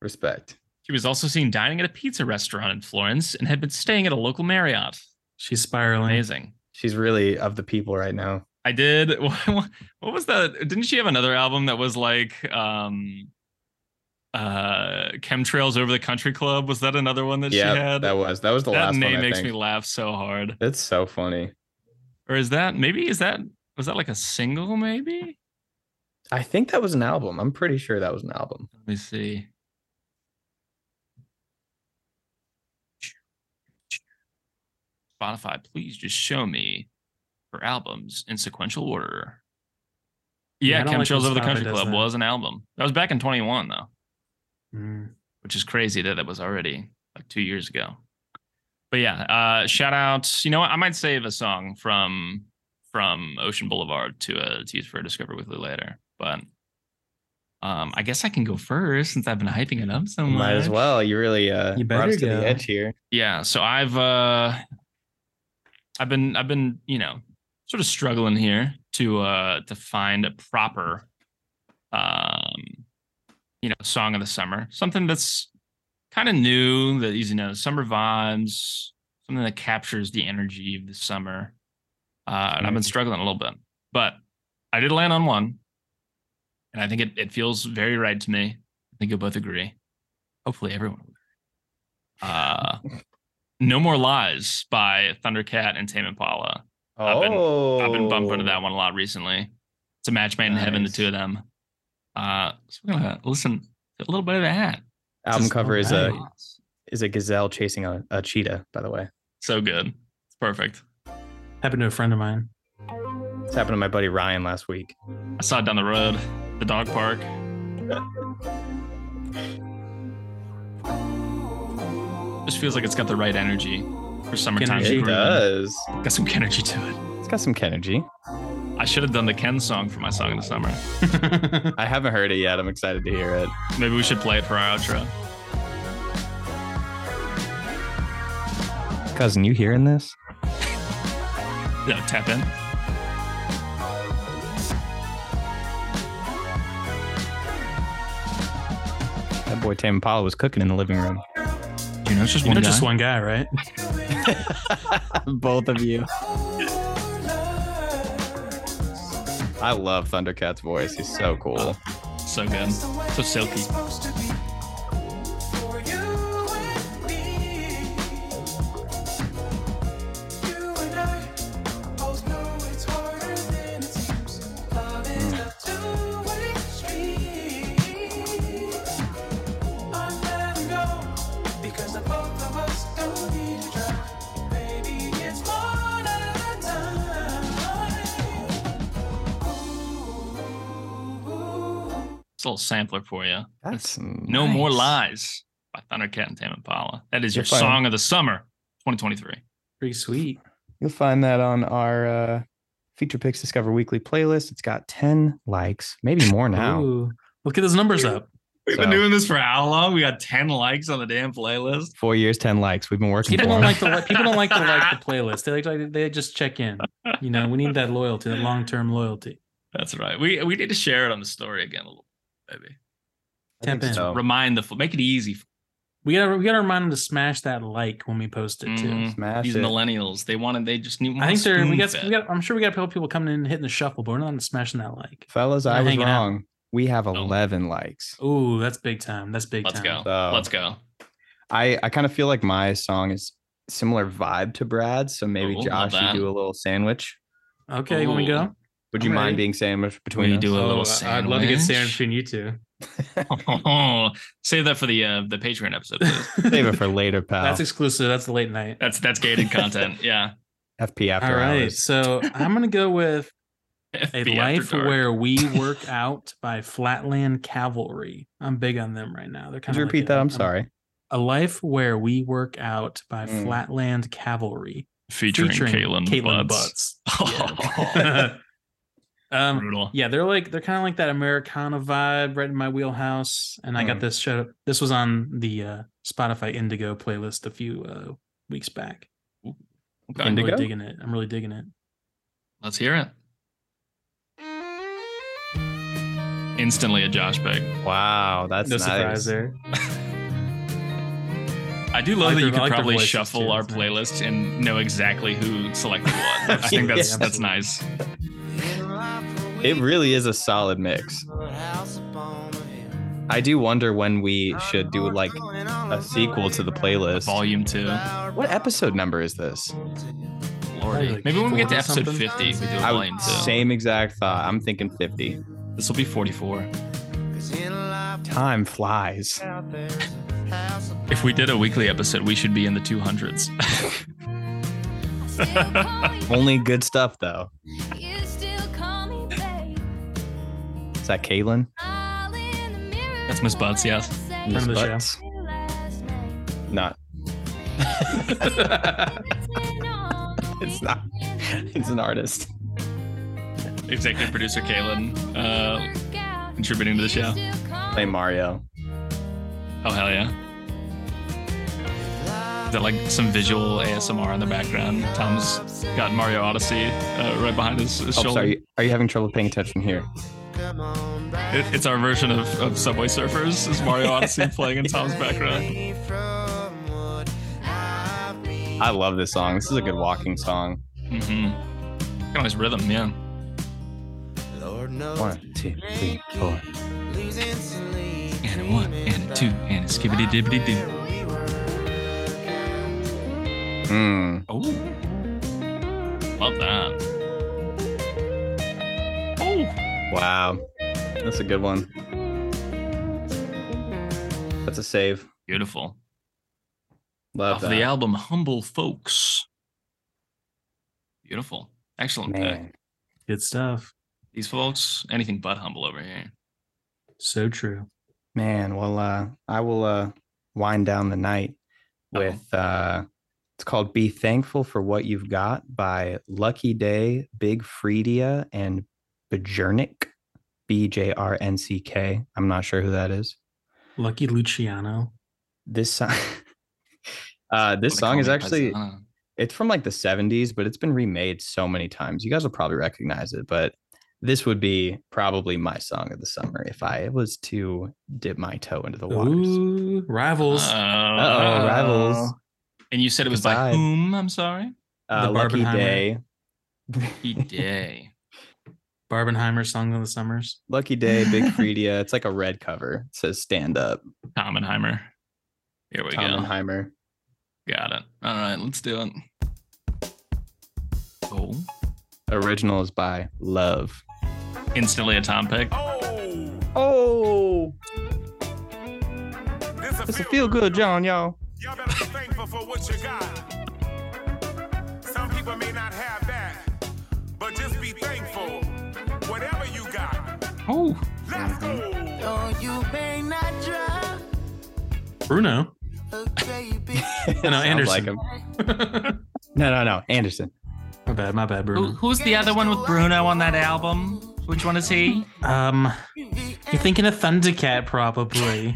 Speaker 1: Respect.
Speaker 2: She was also seen dining at a pizza restaurant in Florence and had been staying at a local Marriott.
Speaker 3: She's spiraling.
Speaker 2: Amazing.
Speaker 1: She's really of the people right now.
Speaker 2: I did. What was that? Didn't she have another album that was like um uh Chemtrails Over the Country Club? Was that another one that she
Speaker 1: Yeah,
Speaker 2: had?
Speaker 1: that was that was the
Speaker 2: That
Speaker 1: last
Speaker 2: name
Speaker 1: one. I
Speaker 2: makes
Speaker 1: think.
Speaker 2: me laugh so hard.
Speaker 1: That's so funny.
Speaker 2: Or is that maybe is that was that like a single maybe?
Speaker 1: I think that was an album. I'm pretty sure that was an album.
Speaker 2: Let me see. Spotify, please just show me her albums in sequential order.
Speaker 3: Yeah, I
Speaker 2: Yeah,
Speaker 3: don't like
Speaker 2: Chemtrails
Speaker 3: when
Speaker 2: Over the
Speaker 3: Spotify
Speaker 2: Country
Speaker 3: does
Speaker 2: Club
Speaker 3: that.
Speaker 2: was an album. That was back in 21, though,
Speaker 3: Mm.
Speaker 2: which is crazy that that was already like two years ago. But yeah, uh, shout out. You know what? I might save a song from from Ocean Boulevard to uh, to use for Discover Weekly later. But um, I guess I can go first since I've been hyping it up so much.
Speaker 1: Might as well. You really uh
Speaker 3: You
Speaker 1: brought
Speaker 3: better
Speaker 1: us to
Speaker 3: go.
Speaker 1: the edge here.
Speaker 2: yeah so i've uh i've been i've been you know sort of struggling here to uh to find a proper um you know song of the summer something that's kind of new that you know summer vibes something that captures the energy of the summer uh and i've been
Speaker 1: Mhm.
Speaker 2: struggling a little bit but i did land on one and i think it, it feels very right to me i think you'll both agree hopefully everyone will agree. uh no More Lies by Thundercat and Tame Impala. I've been-
Speaker 1: oh,
Speaker 2: I've been bumping to that one a lot recently. It's a match made in heaven, the
Speaker 1: Nice.
Speaker 2: two of them. Uh, so we're gonna listen to a little bit of that
Speaker 1: Album
Speaker 3: Just
Speaker 1: cover is a
Speaker 3: alright.
Speaker 1: is a gazelle chasing a, a cheetah. By the way,
Speaker 2: So good. It's perfect.
Speaker 3: Happened to a friend of mine.
Speaker 1: this happened to my buddy Ryan last week.
Speaker 2: I saw it down the road, the dog park. Just feels like it's got the right energy for summertime.
Speaker 3: Energy.
Speaker 1: It
Speaker 2: grooming.
Speaker 1: does.
Speaker 2: Got some energy to it.
Speaker 1: It's got some Kennergy.
Speaker 2: I should have done the Ken song for my song of the summer.
Speaker 1: I haven't heard it yet. I'm excited to hear it.
Speaker 2: Maybe we should play it for our outro.
Speaker 1: Cousin, you hearing this?
Speaker 2: Yeah, tap in.
Speaker 1: That boy Tame Impala was cooking in the living room.
Speaker 2: You know, it's just
Speaker 3: You
Speaker 2: one
Speaker 3: know,
Speaker 2: guy.
Speaker 3: just one guy, right?
Speaker 1: Both of you. I love Thundercat's voice. He's so cool.
Speaker 2: So good. So silky.
Speaker 6: Because the both of us don't need to try. Baby, it's more than time.
Speaker 2: It's a little sampler for you.
Speaker 1: That's
Speaker 2: No More
Speaker 1: nice.
Speaker 2: Lies by Thundercat and Tame Impala. That is your
Speaker 1: Good fire.
Speaker 2: song of the summer, 2023.
Speaker 3: Pretty sweet.
Speaker 1: You'll find that on our uh, Feature Picks Discover Weekly playlist. It's got 10 likes, maybe more now.
Speaker 3: Ooh. Look at his numbers up.
Speaker 2: We've
Speaker 1: So-
Speaker 2: been doing this for how long? We got 10 likes on the damn playlist.
Speaker 1: Four years, 10 likes. We've been working
Speaker 3: People
Speaker 1: for
Speaker 3: don't
Speaker 1: it.
Speaker 3: like to like people don't like to like the playlist. They like, like they just check in. You know, we need that loyalty, that long term loyalty.
Speaker 2: That's right. We we need to share it on the story again a little, maybe.
Speaker 3: Temp in.
Speaker 1: so.
Speaker 2: Remind the fo- make it easy.
Speaker 3: We gotta we gotta remind them to smash that like when we post it too.
Speaker 2: Mm,
Speaker 1: Smash
Speaker 2: these
Speaker 1: it.
Speaker 2: millennials, they wanted they just need.
Speaker 3: I think they're we got,
Speaker 2: spoon-fed.
Speaker 3: we got I'm sure we got people coming in and hitting the shuffle, but we're not smashing that like.
Speaker 1: Fellas, I
Speaker 3: They're
Speaker 1: was
Speaker 3: hanging out. Oh.
Speaker 1: wrong. We have 11 likes.
Speaker 3: Ooh, that's big time. That's big
Speaker 2: Let's go.
Speaker 3: time.
Speaker 1: So-
Speaker 2: Let's go.
Speaker 1: I, I kind of feel like my song is similar vibe to Brad's. So maybe
Speaker 3: Oh,
Speaker 2: Ooh, love
Speaker 1: Josh, you
Speaker 2: that.
Speaker 1: do a little sandwich.
Speaker 3: Okay, you want me to
Speaker 2: Ooh.
Speaker 3: go?
Speaker 1: Would you
Speaker 3: I'm
Speaker 1: mind
Speaker 3: ready.
Speaker 1: being sandwiched between
Speaker 2: We
Speaker 1: us?
Speaker 2: do a little
Speaker 3: Oh, I'd love to get sandwiched
Speaker 2: sandwich.
Speaker 3: between you two.
Speaker 2: Save that for the uh, the Patreon episode. please.
Speaker 1: Save it for later, pal.
Speaker 3: That's exclusive. That's late night.
Speaker 2: that's that's gated content. Yeah.
Speaker 1: FP after
Speaker 3: All right.
Speaker 1: hours.
Speaker 3: So I'm gonna go with A
Speaker 2: FB After
Speaker 3: Life
Speaker 2: Dark.
Speaker 3: Where We Work Out by Flatland Cavalry. I'm big on them right now. They're
Speaker 1: Could
Speaker 3: kind
Speaker 1: you
Speaker 3: of
Speaker 1: repeat that? I'm sorry.
Speaker 3: um, A Life Where We Work Out by
Speaker 1: Mm.
Speaker 3: Flatland Cavalry.
Speaker 2: featuring, Kalen, Butts. Oh,
Speaker 3: Butts. um,
Speaker 2: Brutal.
Speaker 3: yeah, they're like they're kind of like that Americana vibe, right in my wheelhouse. And I got
Speaker 1: Mm.
Speaker 3: this show. This was on the uh, Spotify Indigo playlist a few uh, weeks back.
Speaker 2: Okay.
Speaker 3: I'm
Speaker 1: Indigo?
Speaker 3: really digging it. I'm really digging it.
Speaker 2: Let's hear it. Instantly a Josh Beg.
Speaker 1: Wow, that's
Speaker 3: no
Speaker 1: nice.
Speaker 3: surprise there.
Speaker 2: I do love
Speaker 3: I like
Speaker 2: that you
Speaker 3: their- I
Speaker 2: could
Speaker 3: like their
Speaker 2: probably
Speaker 3: voices,
Speaker 2: shuffle
Speaker 3: too.
Speaker 2: our
Speaker 3: It's nice.
Speaker 2: playlists and know exactly who selected what. I think
Speaker 1: Yeah,
Speaker 2: that's that's
Speaker 3: absolutely.
Speaker 2: nice.
Speaker 1: It really is a solid mix. I do wonder when we should do like
Speaker 6: Oh,
Speaker 1: a sequel to the playlist.
Speaker 2: Volume two.
Speaker 1: What episode number is this?
Speaker 2: Lordy.
Speaker 3: Like
Speaker 2: Maybe when we get to
Speaker 3: 40
Speaker 2: episode
Speaker 3: something?
Speaker 2: fifty, we do a
Speaker 1: I
Speaker 2: volume
Speaker 1: would,
Speaker 2: two.
Speaker 1: same exact thought. I'm thinking 50.
Speaker 2: This will be forty-four.
Speaker 1: Time flies.
Speaker 2: If we did a weekly episode, we should be in the two hundreds.
Speaker 1: Only good stuff though.
Speaker 7: You still call me babe.
Speaker 1: Is that Caitlin?
Speaker 7: All in the mirror
Speaker 2: That's Miss Butts, yes.
Speaker 7: say
Speaker 3: Friend of the
Speaker 1: Butts?
Speaker 7: your last name.
Speaker 1: Not. It's not. It's an artist.
Speaker 2: Executive producer Kalen, uh,
Speaker 7: uh,
Speaker 2: contributing to the show.
Speaker 1: Play Mario.
Speaker 2: Oh hell yeah! Is that like some visual ASMR in the background? Tom's got Mario Odyssey uh, right behind his, his
Speaker 1: Oh,
Speaker 2: shoulder.
Speaker 1: sorry. Are you having trouble paying attention here?
Speaker 2: It, it's our version of, of Subway Surfers. Is Mario Odyssey playing in Tom's background?
Speaker 1: I love this song. This is a good walking song.
Speaker 2: Mm-hmm. Got nice rhythm, yeah.
Speaker 1: One, two, three, four.
Speaker 2: And a one, and a two, and a skibbity dibbity doo.
Speaker 1: Mm.
Speaker 2: Oh, love that. Oh,
Speaker 1: Wow. That's a good one. The That's a save.
Speaker 2: Beautiful.
Speaker 1: Love
Speaker 2: Off of
Speaker 1: that.
Speaker 2: the album Humble Folks. Beautiful. Excellent uh, pick.
Speaker 1: Man.
Speaker 3: Good stuff.
Speaker 2: These folks, anything but humble over here.
Speaker 3: So true.
Speaker 1: Man, well, uh, I will uh, wind down the night
Speaker 2: Oh.
Speaker 1: with uh, it's called "Be Thankful for What You've Got" by Lucky Day, Big Freedia, and Bjornik, B J R N C K. I'm not sure who that is.
Speaker 3: Lucky Luciano.
Speaker 1: This song, uh, this
Speaker 2: Wanna
Speaker 1: song
Speaker 2: call
Speaker 1: is
Speaker 2: me
Speaker 1: actually
Speaker 2: Paisano.
Speaker 1: it's from like the 70s, but it's been remade so many times. You guys will probably recognize it, but this would be probably my song of the summer if I was to dip my toe into the waters.
Speaker 3: Ooh, rivals.
Speaker 2: Uh, Uh-oh.
Speaker 1: Rivals.
Speaker 2: Oh. And you said it was by
Speaker 1: Goodbye.
Speaker 2: whom? I'm sorry.
Speaker 1: uh,
Speaker 3: The
Speaker 1: Lucky
Speaker 3: Barbenheimer.
Speaker 1: Day.
Speaker 2: He day.
Speaker 3: Barbenheimer song of the summers.
Speaker 1: Lucky Day, Big Freedia. It's like a red cover. It says stand up,
Speaker 2: Tamenheimer. Here we go.
Speaker 1: Tannheimer.
Speaker 2: Got it. All right, let's do it. Oh,
Speaker 1: Original is by Love.
Speaker 2: instantly a Tom pick.
Speaker 5: Oh,
Speaker 1: Oh,
Speaker 5: this
Speaker 1: it's a feel good, John, y'all.
Speaker 5: Y'all better be thankful for what you got. Some people may not have that, but just be thankful. Whatever you got,
Speaker 2: Oh,
Speaker 5: let's go.
Speaker 6: Oh, you may not drive
Speaker 3: Bruno.
Speaker 6: a baby.
Speaker 3: No, no,
Speaker 1: Sounds
Speaker 3: Anderson.
Speaker 1: him.
Speaker 3: my
Speaker 1: No, no, no, Anderson.
Speaker 3: bad, my bad,
Speaker 2: who,
Speaker 3: Bruno.
Speaker 2: who's the other one with Bruno on that album? Which one is he?
Speaker 3: Um,
Speaker 6: The
Speaker 3: you're thinking of Thundercat, probably.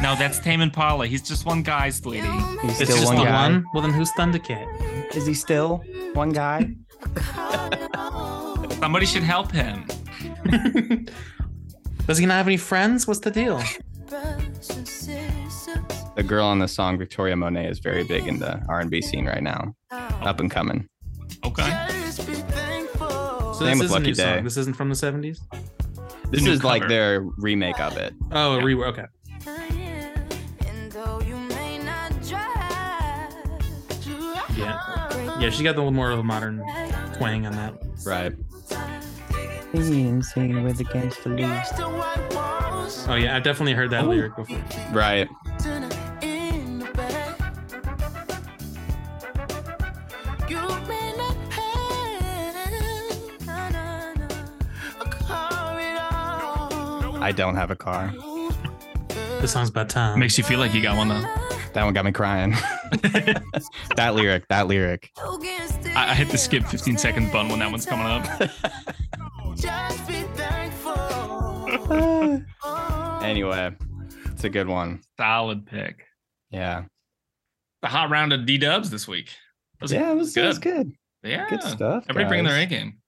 Speaker 2: No, that's Tame Impala. He's just one guy, sweetie.
Speaker 1: He's
Speaker 3: It's
Speaker 1: still
Speaker 3: just
Speaker 1: one
Speaker 3: the
Speaker 1: guy.
Speaker 3: one. Well, then who's Thundercat?
Speaker 1: Is he still one guy?
Speaker 2: Somebody should help him.
Speaker 3: Does he not have any friends? What's the deal?
Speaker 6: brothers and sisters
Speaker 1: The girl on the song Victoria Monet is very big in the R&B scene right now,
Speaker 6: out.
Speaker 1: up and coming.
Speaker 2: Okay.
Speaker 6: Just be thankful.
Speaker 3: So
Speaker 1: Same with
Speaker 3: this is a
Speaker 1: Lucky
Speaker 3: new
Speaker 1: Day.
Speaker 3: song. This isn't from the 70s.
Speaker 1: This
Speaker 2: new
Speaker 1: is like
Speaker 2: cover.
Speaker 1: their remake of it.
Speaker 3: Oh, a rework. Okay.
Speaker 6: And though you may not drive,
Speaker 3: Yeah. Yeah, she got the little more of a modern twang on that.
Speaker 1: Right.
Speaker 6: Against the white walls,
Speaker 3: Oh yeah, I've definitely heard that lyric before.
Speaker 1: Right.
Speaker 6: dinner in the bed. You may not have a car at all.
Speaker 1: I don't have a car.
Speaker 3: This song's about time.
Speaker 2: Makes you feel like you got one though.
Speaker 1: That one got me crying. that lyric, that lyric.
Speaker 2: I, I hit the skip 15 second button when that one's coming up.
Speaker 6: Just be thankful.
Speaker 1: Anyway, it's a good one.
Speaker 2: Solid pick.
Speaker 1: Yeah.
Speaker 2: The hot round of D Dubs this week. That was-
Speaker 1: Yeah, it was, it was
Speaker 2: good.
Speaker 1: good.
Speaker 2: Yeah.
Speaker 1: Good stuff.
Speaker 2: Everybody bringing
Speaker 1: guys.
Speaker 2: their A game.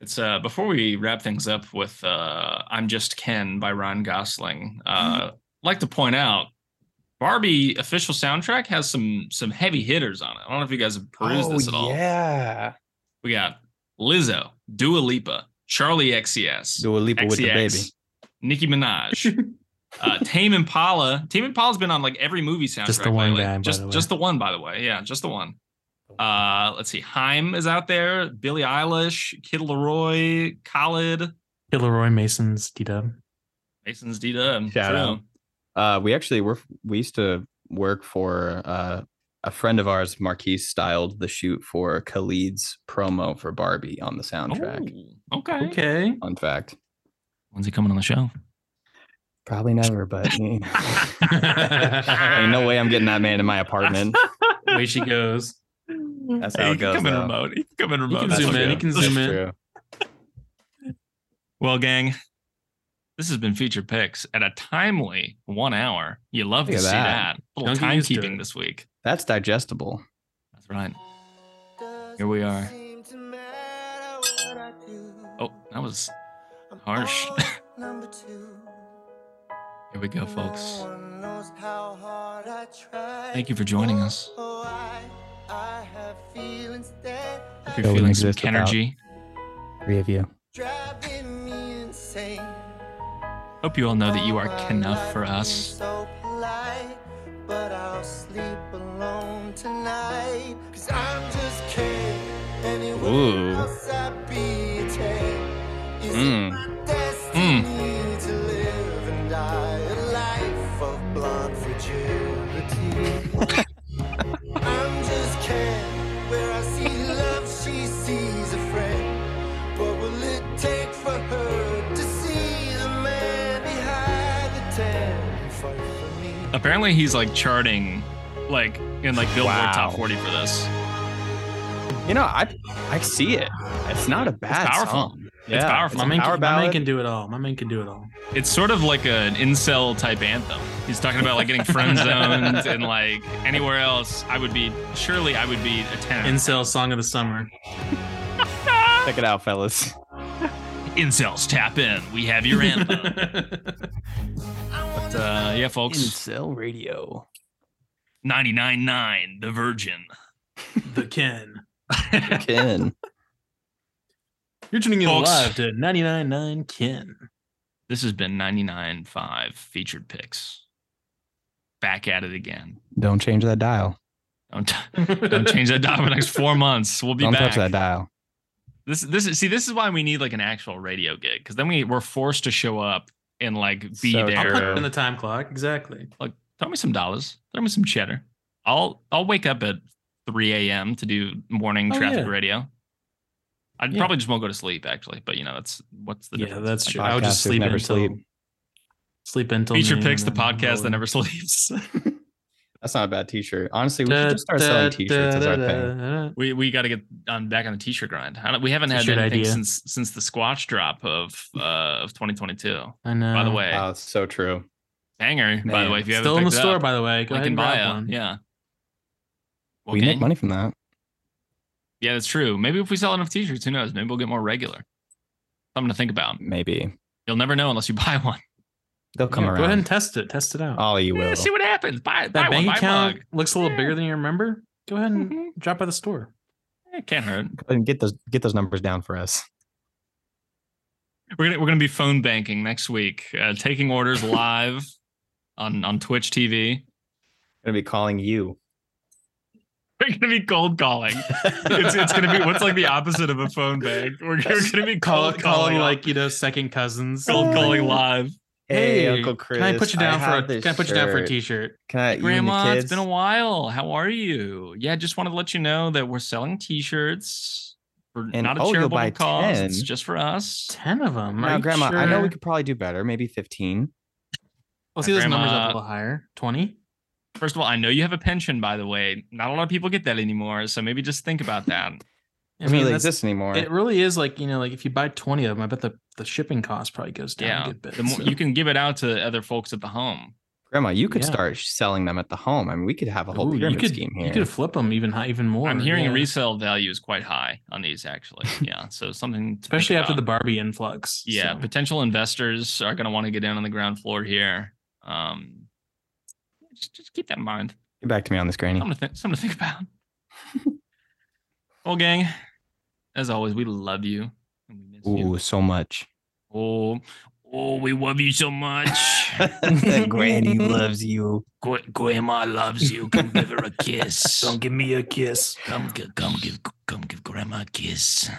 Speaker 2: It's uh before we wrap things up with uh I'm Just Ken by Ron Gosling. Uh
Speaker 1: Mm-hmm.
Speaker 2: like to point out Barbie official soundtrack has some some heavy hitters on it. I don't know if you guys have perused this at all.
Speaker 1: Oh, Yeah.
Speaker 2: We got Lizzo, Dua Lipa, E Charlie XCS,
Speaker 1: Dua Lipa with the baby.
Speaker 2: XCX, E Nicki Minaj, uh, Tame Impala. Tame Impala's been on like every movie soundtrack.
Speaker 3: the one
Speaker 2: lately.
Speaker 3: guy, by
Speaker 2: just
Speaker 3: the way.
Speaker 2: just the one, by the way. Yeah, just the one. Uh, let's see. Haim is out there. Billie Eilish, Kid Leroy, Khalid,
Speaker 3: Leroy Mason's D Dub.
Speaker 2: Mason's Dita.
Speaker 1: Shout out. Uh, we actually were we used to work for uh, a friend of ours, Marquise, styled the shoot for Khalid's promo for Barbie on the soundtrack.
Speaker 2: Oh, okay.
Speaker 3: Okay.
Speaker 1: Fun fact.
Speaker 2: When's he coming on the show?
Speaker 1: Probably never, but you know. ain't no way I'm getting that man in my apartment.
Speaker 3: Way she goes.
Speaker 1: That's how
Speaker 2: he
Speaker 1: it goes,
Speaker 2: Can come in
Speaker 1: though.
Speaker 2: remote. He can come in remote.
Speaker 3: can
Speaker 2: That's
Speaker 3: zoom
Speaker 2: what
Speaker 3: in,
Speaker 2: it
Speaker 3: he
Speaker 2: is.
Speaker 3: can zoom in.
Speaker 2: Well, gang, this has been feature picks at a timely one hour. You love
Speaker 1: Look
Speaker 2: to
Speaker 1: at
Speaker 2: see
Speaker 1: that.
Speaker 2: that. A little
Speaker 3: Don't get used to
Speaker 2: timekeeping
Speaker 3: it.
Speaker 2: this week.
Speaker 1: That's digestible.
Speaker 2: That's right. Here we are. Oh, that was harsh.
Speaker 6: Number two.
Speaker 2: Here we go, folks.
Speaker 6: No one knows how hard I tried.
Speaker 2: Thank you for joining us.
Speaker 6: Oh, I, I have feelings that
Speaker 2: Hope
Speaker 6: are
Speaker 2: you're
Speaker 1: That wouldn't
Speaker 2: feeling some
Speaker 1: exist without-
Speaker 2: Kenergy.
Speaker 1: Three of you.
Speaker 6: driving me insane.
Speaker 2: Hope you all know that you are
Speaker 6: My
Speaker 2: enough for
Speaker 6: life is
Speaker 2: us.
Speaker 6: So polite, but I'll sleep alone tonight. Cause I'm just kidding. Anywhere
Speaker 1: Ooh.
Speaker 6: else I'd be taken. Is it
Speaker 2: Hmm.
Speaker 1: Mm.
Speaker 6: my destiny to live and die a life of blind
Speaker 2: Apparently, he's like charting, like in like Billboard
Speaker 1: Wow.
Speaker 2: Top 40 for this.
Speaker 1: You know, I I see it. It's not a bad
Speaker 2: powerful.
Speaker 1: song. Yeah,
Speaker 2: powerful.
Speaker 1: It's
Speaker 3: My
Speaker 1: a
Speaker 3: man,
Speaker 1: power
Speaker 3: can, my man
Speaker 1: ballad.
Speaker 3: can do it all. My man can do it all.
Speaker 2: It's sort of like an incel type anthem. He's talking about like getting friend zoned and like anywhere else, I would be surely I would be a 10.
Speaker 3: Incel song of the summer.
Speaker 1: Check it out, fellas.
Speaker 2: Incels tap in. We have your anthem. but, uh, yeah, folks.
Speaker 1: Incel radio.
Speaker 2: 99.9, The Virgin.
Speaker 3: the Ken.
Speaker 1: Ken.
Speaker 3: You're tuning in
Speaker 2: Folks.
Speaker 3: live to 99.9 Ken.
Speaker 2: This has been 99.5 featured picks. Back at it again.
Speaker 1: Don't change that dial.
Speaker 2: Don't, don't change that dial for the next four months. We'll be
Speaker 1: Don't
Speaker 2: back.
Speaker 1: touch that dial.
Speaker 2: This this is see this is why we need like an actual radio gig because then we we're forced to show up and like be
Speaker 1: So
Speaker 3: I'll
Speaker 2: there.
Speaker 3: put it in the time clock. Exactly.
Speaker 2: like throw me some dollars, throw me some cheddar. I'll I'll wake up at 3 a.m. to do morning
Speaker 3: Oh,
Speaker 2: traffic
Speaker 3: yeah.
Speaker 2: radio. I would
Speaker 3: Yeah.
Speaker 2: probably just won't go to sleep actually, but you know that's what's the
Speaker 3: Yeah,
Speaker 2: difference.
Speaker 3: that's true.
Speaker 1: Like
Speaker 3: I would just
Speaker 1: podcasters
Speaker 3: sleep
Speaker 1: never
Speaker 3: until
Speaker 1: sleep.
Speaker 3: sleep, until
Speaker 2: Feature
Speaker 3: noon
Speaker 2: picks the
Speaker 3: and then
Speaker 2: podcast that
Speaker 3: roll.
Speaker 2: never sleeps.
Speaker 1: That's not a bad t-shirt. Honestly, we should just start selling t-shirts as our thing.
Speaker 2: we we got to get on back on the t-shirt grind. I don't, we haven't had
Speaker 3: T-shirt
Speaker 2: anything
Speaker 3: idea.
Speaker 2: since since the squatch drop of uh of 2022.
Speaker 3: I know.
Speaker 2: by the way,
Speaker 1: Wow, it's Oh, so true.
Speaker 2: banger. by the
Speaker 1: Man,
Speaker 2: way, if you haven't
Speaker 3: still in the
Speaker 2: picked it
Speaker 3: store.
Speaker 2: up,
Speaker 3: By the way, go
Speaker 2: link
Speaker 3: ahead
Speaker 2: in
Speaker 3: and buy
Speaker 2: bio.
Speaker 3: one.
Speaker 2: Yeah.
Speaker 1: we
Speaker 2: Okay.
Speaker 1: make money from that.
Speaker 2: Yeah, that's true. Maybe if we sell enough t-shirts, who knows? Maybe we'll get more regular. Something to think about.
Speaker 1: Maybe.
Speaker 2: You'll never know unless you buy one.
Speaker 1: They'll come
Speaker 3: Yeah,
Speaker 1: around.
Speaker 3: Go ahead and test it. Test it out.
Speaker 1: Oh, you will.
Speaker 2: Yeah, see what happens. Buy buy
Speaker 3: that bank
Speaker 2: one,
Speaker 3: account
Speaker 2: Buy
Speaker 3: looks a little
Speaker 2: Yeah.
Speaker 3: bigger than you remember. Go ahead and
Speaker 2: Mhm.
Speaker 3: drop by the store.
Speaker 2: a mug. Eh, It can't hurt.
Speaker 1: Go ahead and get those get those numbers down for us.
Speaker 2: We're gonna we're gonna be phone banking next week, uh, taking orders live on on Twitch TV.
Speaker 1: gonna be calling you.
Speaker 2: We're gonna be cold calling. It's, it's gonna be what's like the opposite of a phone bank. We're, gonna- we're gonna be cold calling like
Speaker 3: you know second cousins.
Speaker 2: cold calling live.
Speaker 1: Hey, Uncle Chris.
Speaker 3: Can I put you down
Speaker 1: have
Speaker 3: for a,
Speaker 1: this
Speaker 3: Can I put you down for a
Speaker 1: shirt.
Speaker 3: T-shirt?
Speaker 1: Can I? you and the
Speaker 2: Grandma, it's
Speaker 1: kids?
Speaker 2: been a while. How are you? Yeah, just wanted to let you know that we're selling T-shirts. for
Speaker 1: And,
Speaker 2: not a
Speaker 1: oh, you'll
Speaker 2: charitable
Speaker 1: buy
Speaker 2: cause.
Speaker 1: 10.
Speaker 2: It's just for us.
Speaker 3: Ten of them.
Speaker 1: Now, Grandma, I know we could probably do better. Maybe fifteen.
Speaker 3: Let's see those numbers
Speaker 2: Grandma-
Speaker 3: up a little higher. Twenty.
Speaker 2: First of all, I know you have a pension, by the way. Not a lot of people get that anymore, so maybe just think about that.
Speaker 1: I mean, really
Speaker 3: that's-
Speaker 1: exist anymore.
Speaker 3: It really is like you know, like if you buy twenty of them, I bet the, the shipping cost probably goes down
Speaker 2: yeah,
Speaker 3: a good bit.
Speaker 2: the more,
Speaker 3: so.
Speaker 2: you can give it out to other folks at the home.
Speaker 1: Grandma, you could
Speaker 3: Yeah.
Speaker 1: start selling them at the home. I mean, we could have a whole
Speaker 3: Ooh,
Speaker 1: pyramid
Speaker 3: you could,
Speaker 1: scheme
Speaker 3: You
Speaker 1: here.
Speaker 3: could flip them even high, even more.
Speaker 2: I'm hearing
Speaker 3: yeah.
Speaker 2: resale value is quite high on these, actually. Yeah, so something to think
Speaker 3: especially after
Speaker 2: about.
Speaker 3: the Barbie influx.
Speaker 2: yeah
Speaker 3: so.
Speaker 2: potential investors are going to want to get down on the ground floor here. Um, just, just keep that in mind.
Speaker 1: Get back to me on this, Granny.
Speaker 2: Something to think, something to think about. well, gang, as always, we love you and we miss you.
Speaker 1: Ooh, so much.
Speaker 2: Oh, oh, we love you so much.
Speaker 1: Granny loves you.
Speaker 2: Gr- Grandma loves you. Come give her a kiss.
Speaker 3: give me a kiss.
Speaker 2: come, gi- come give, come give Grandma a kiss.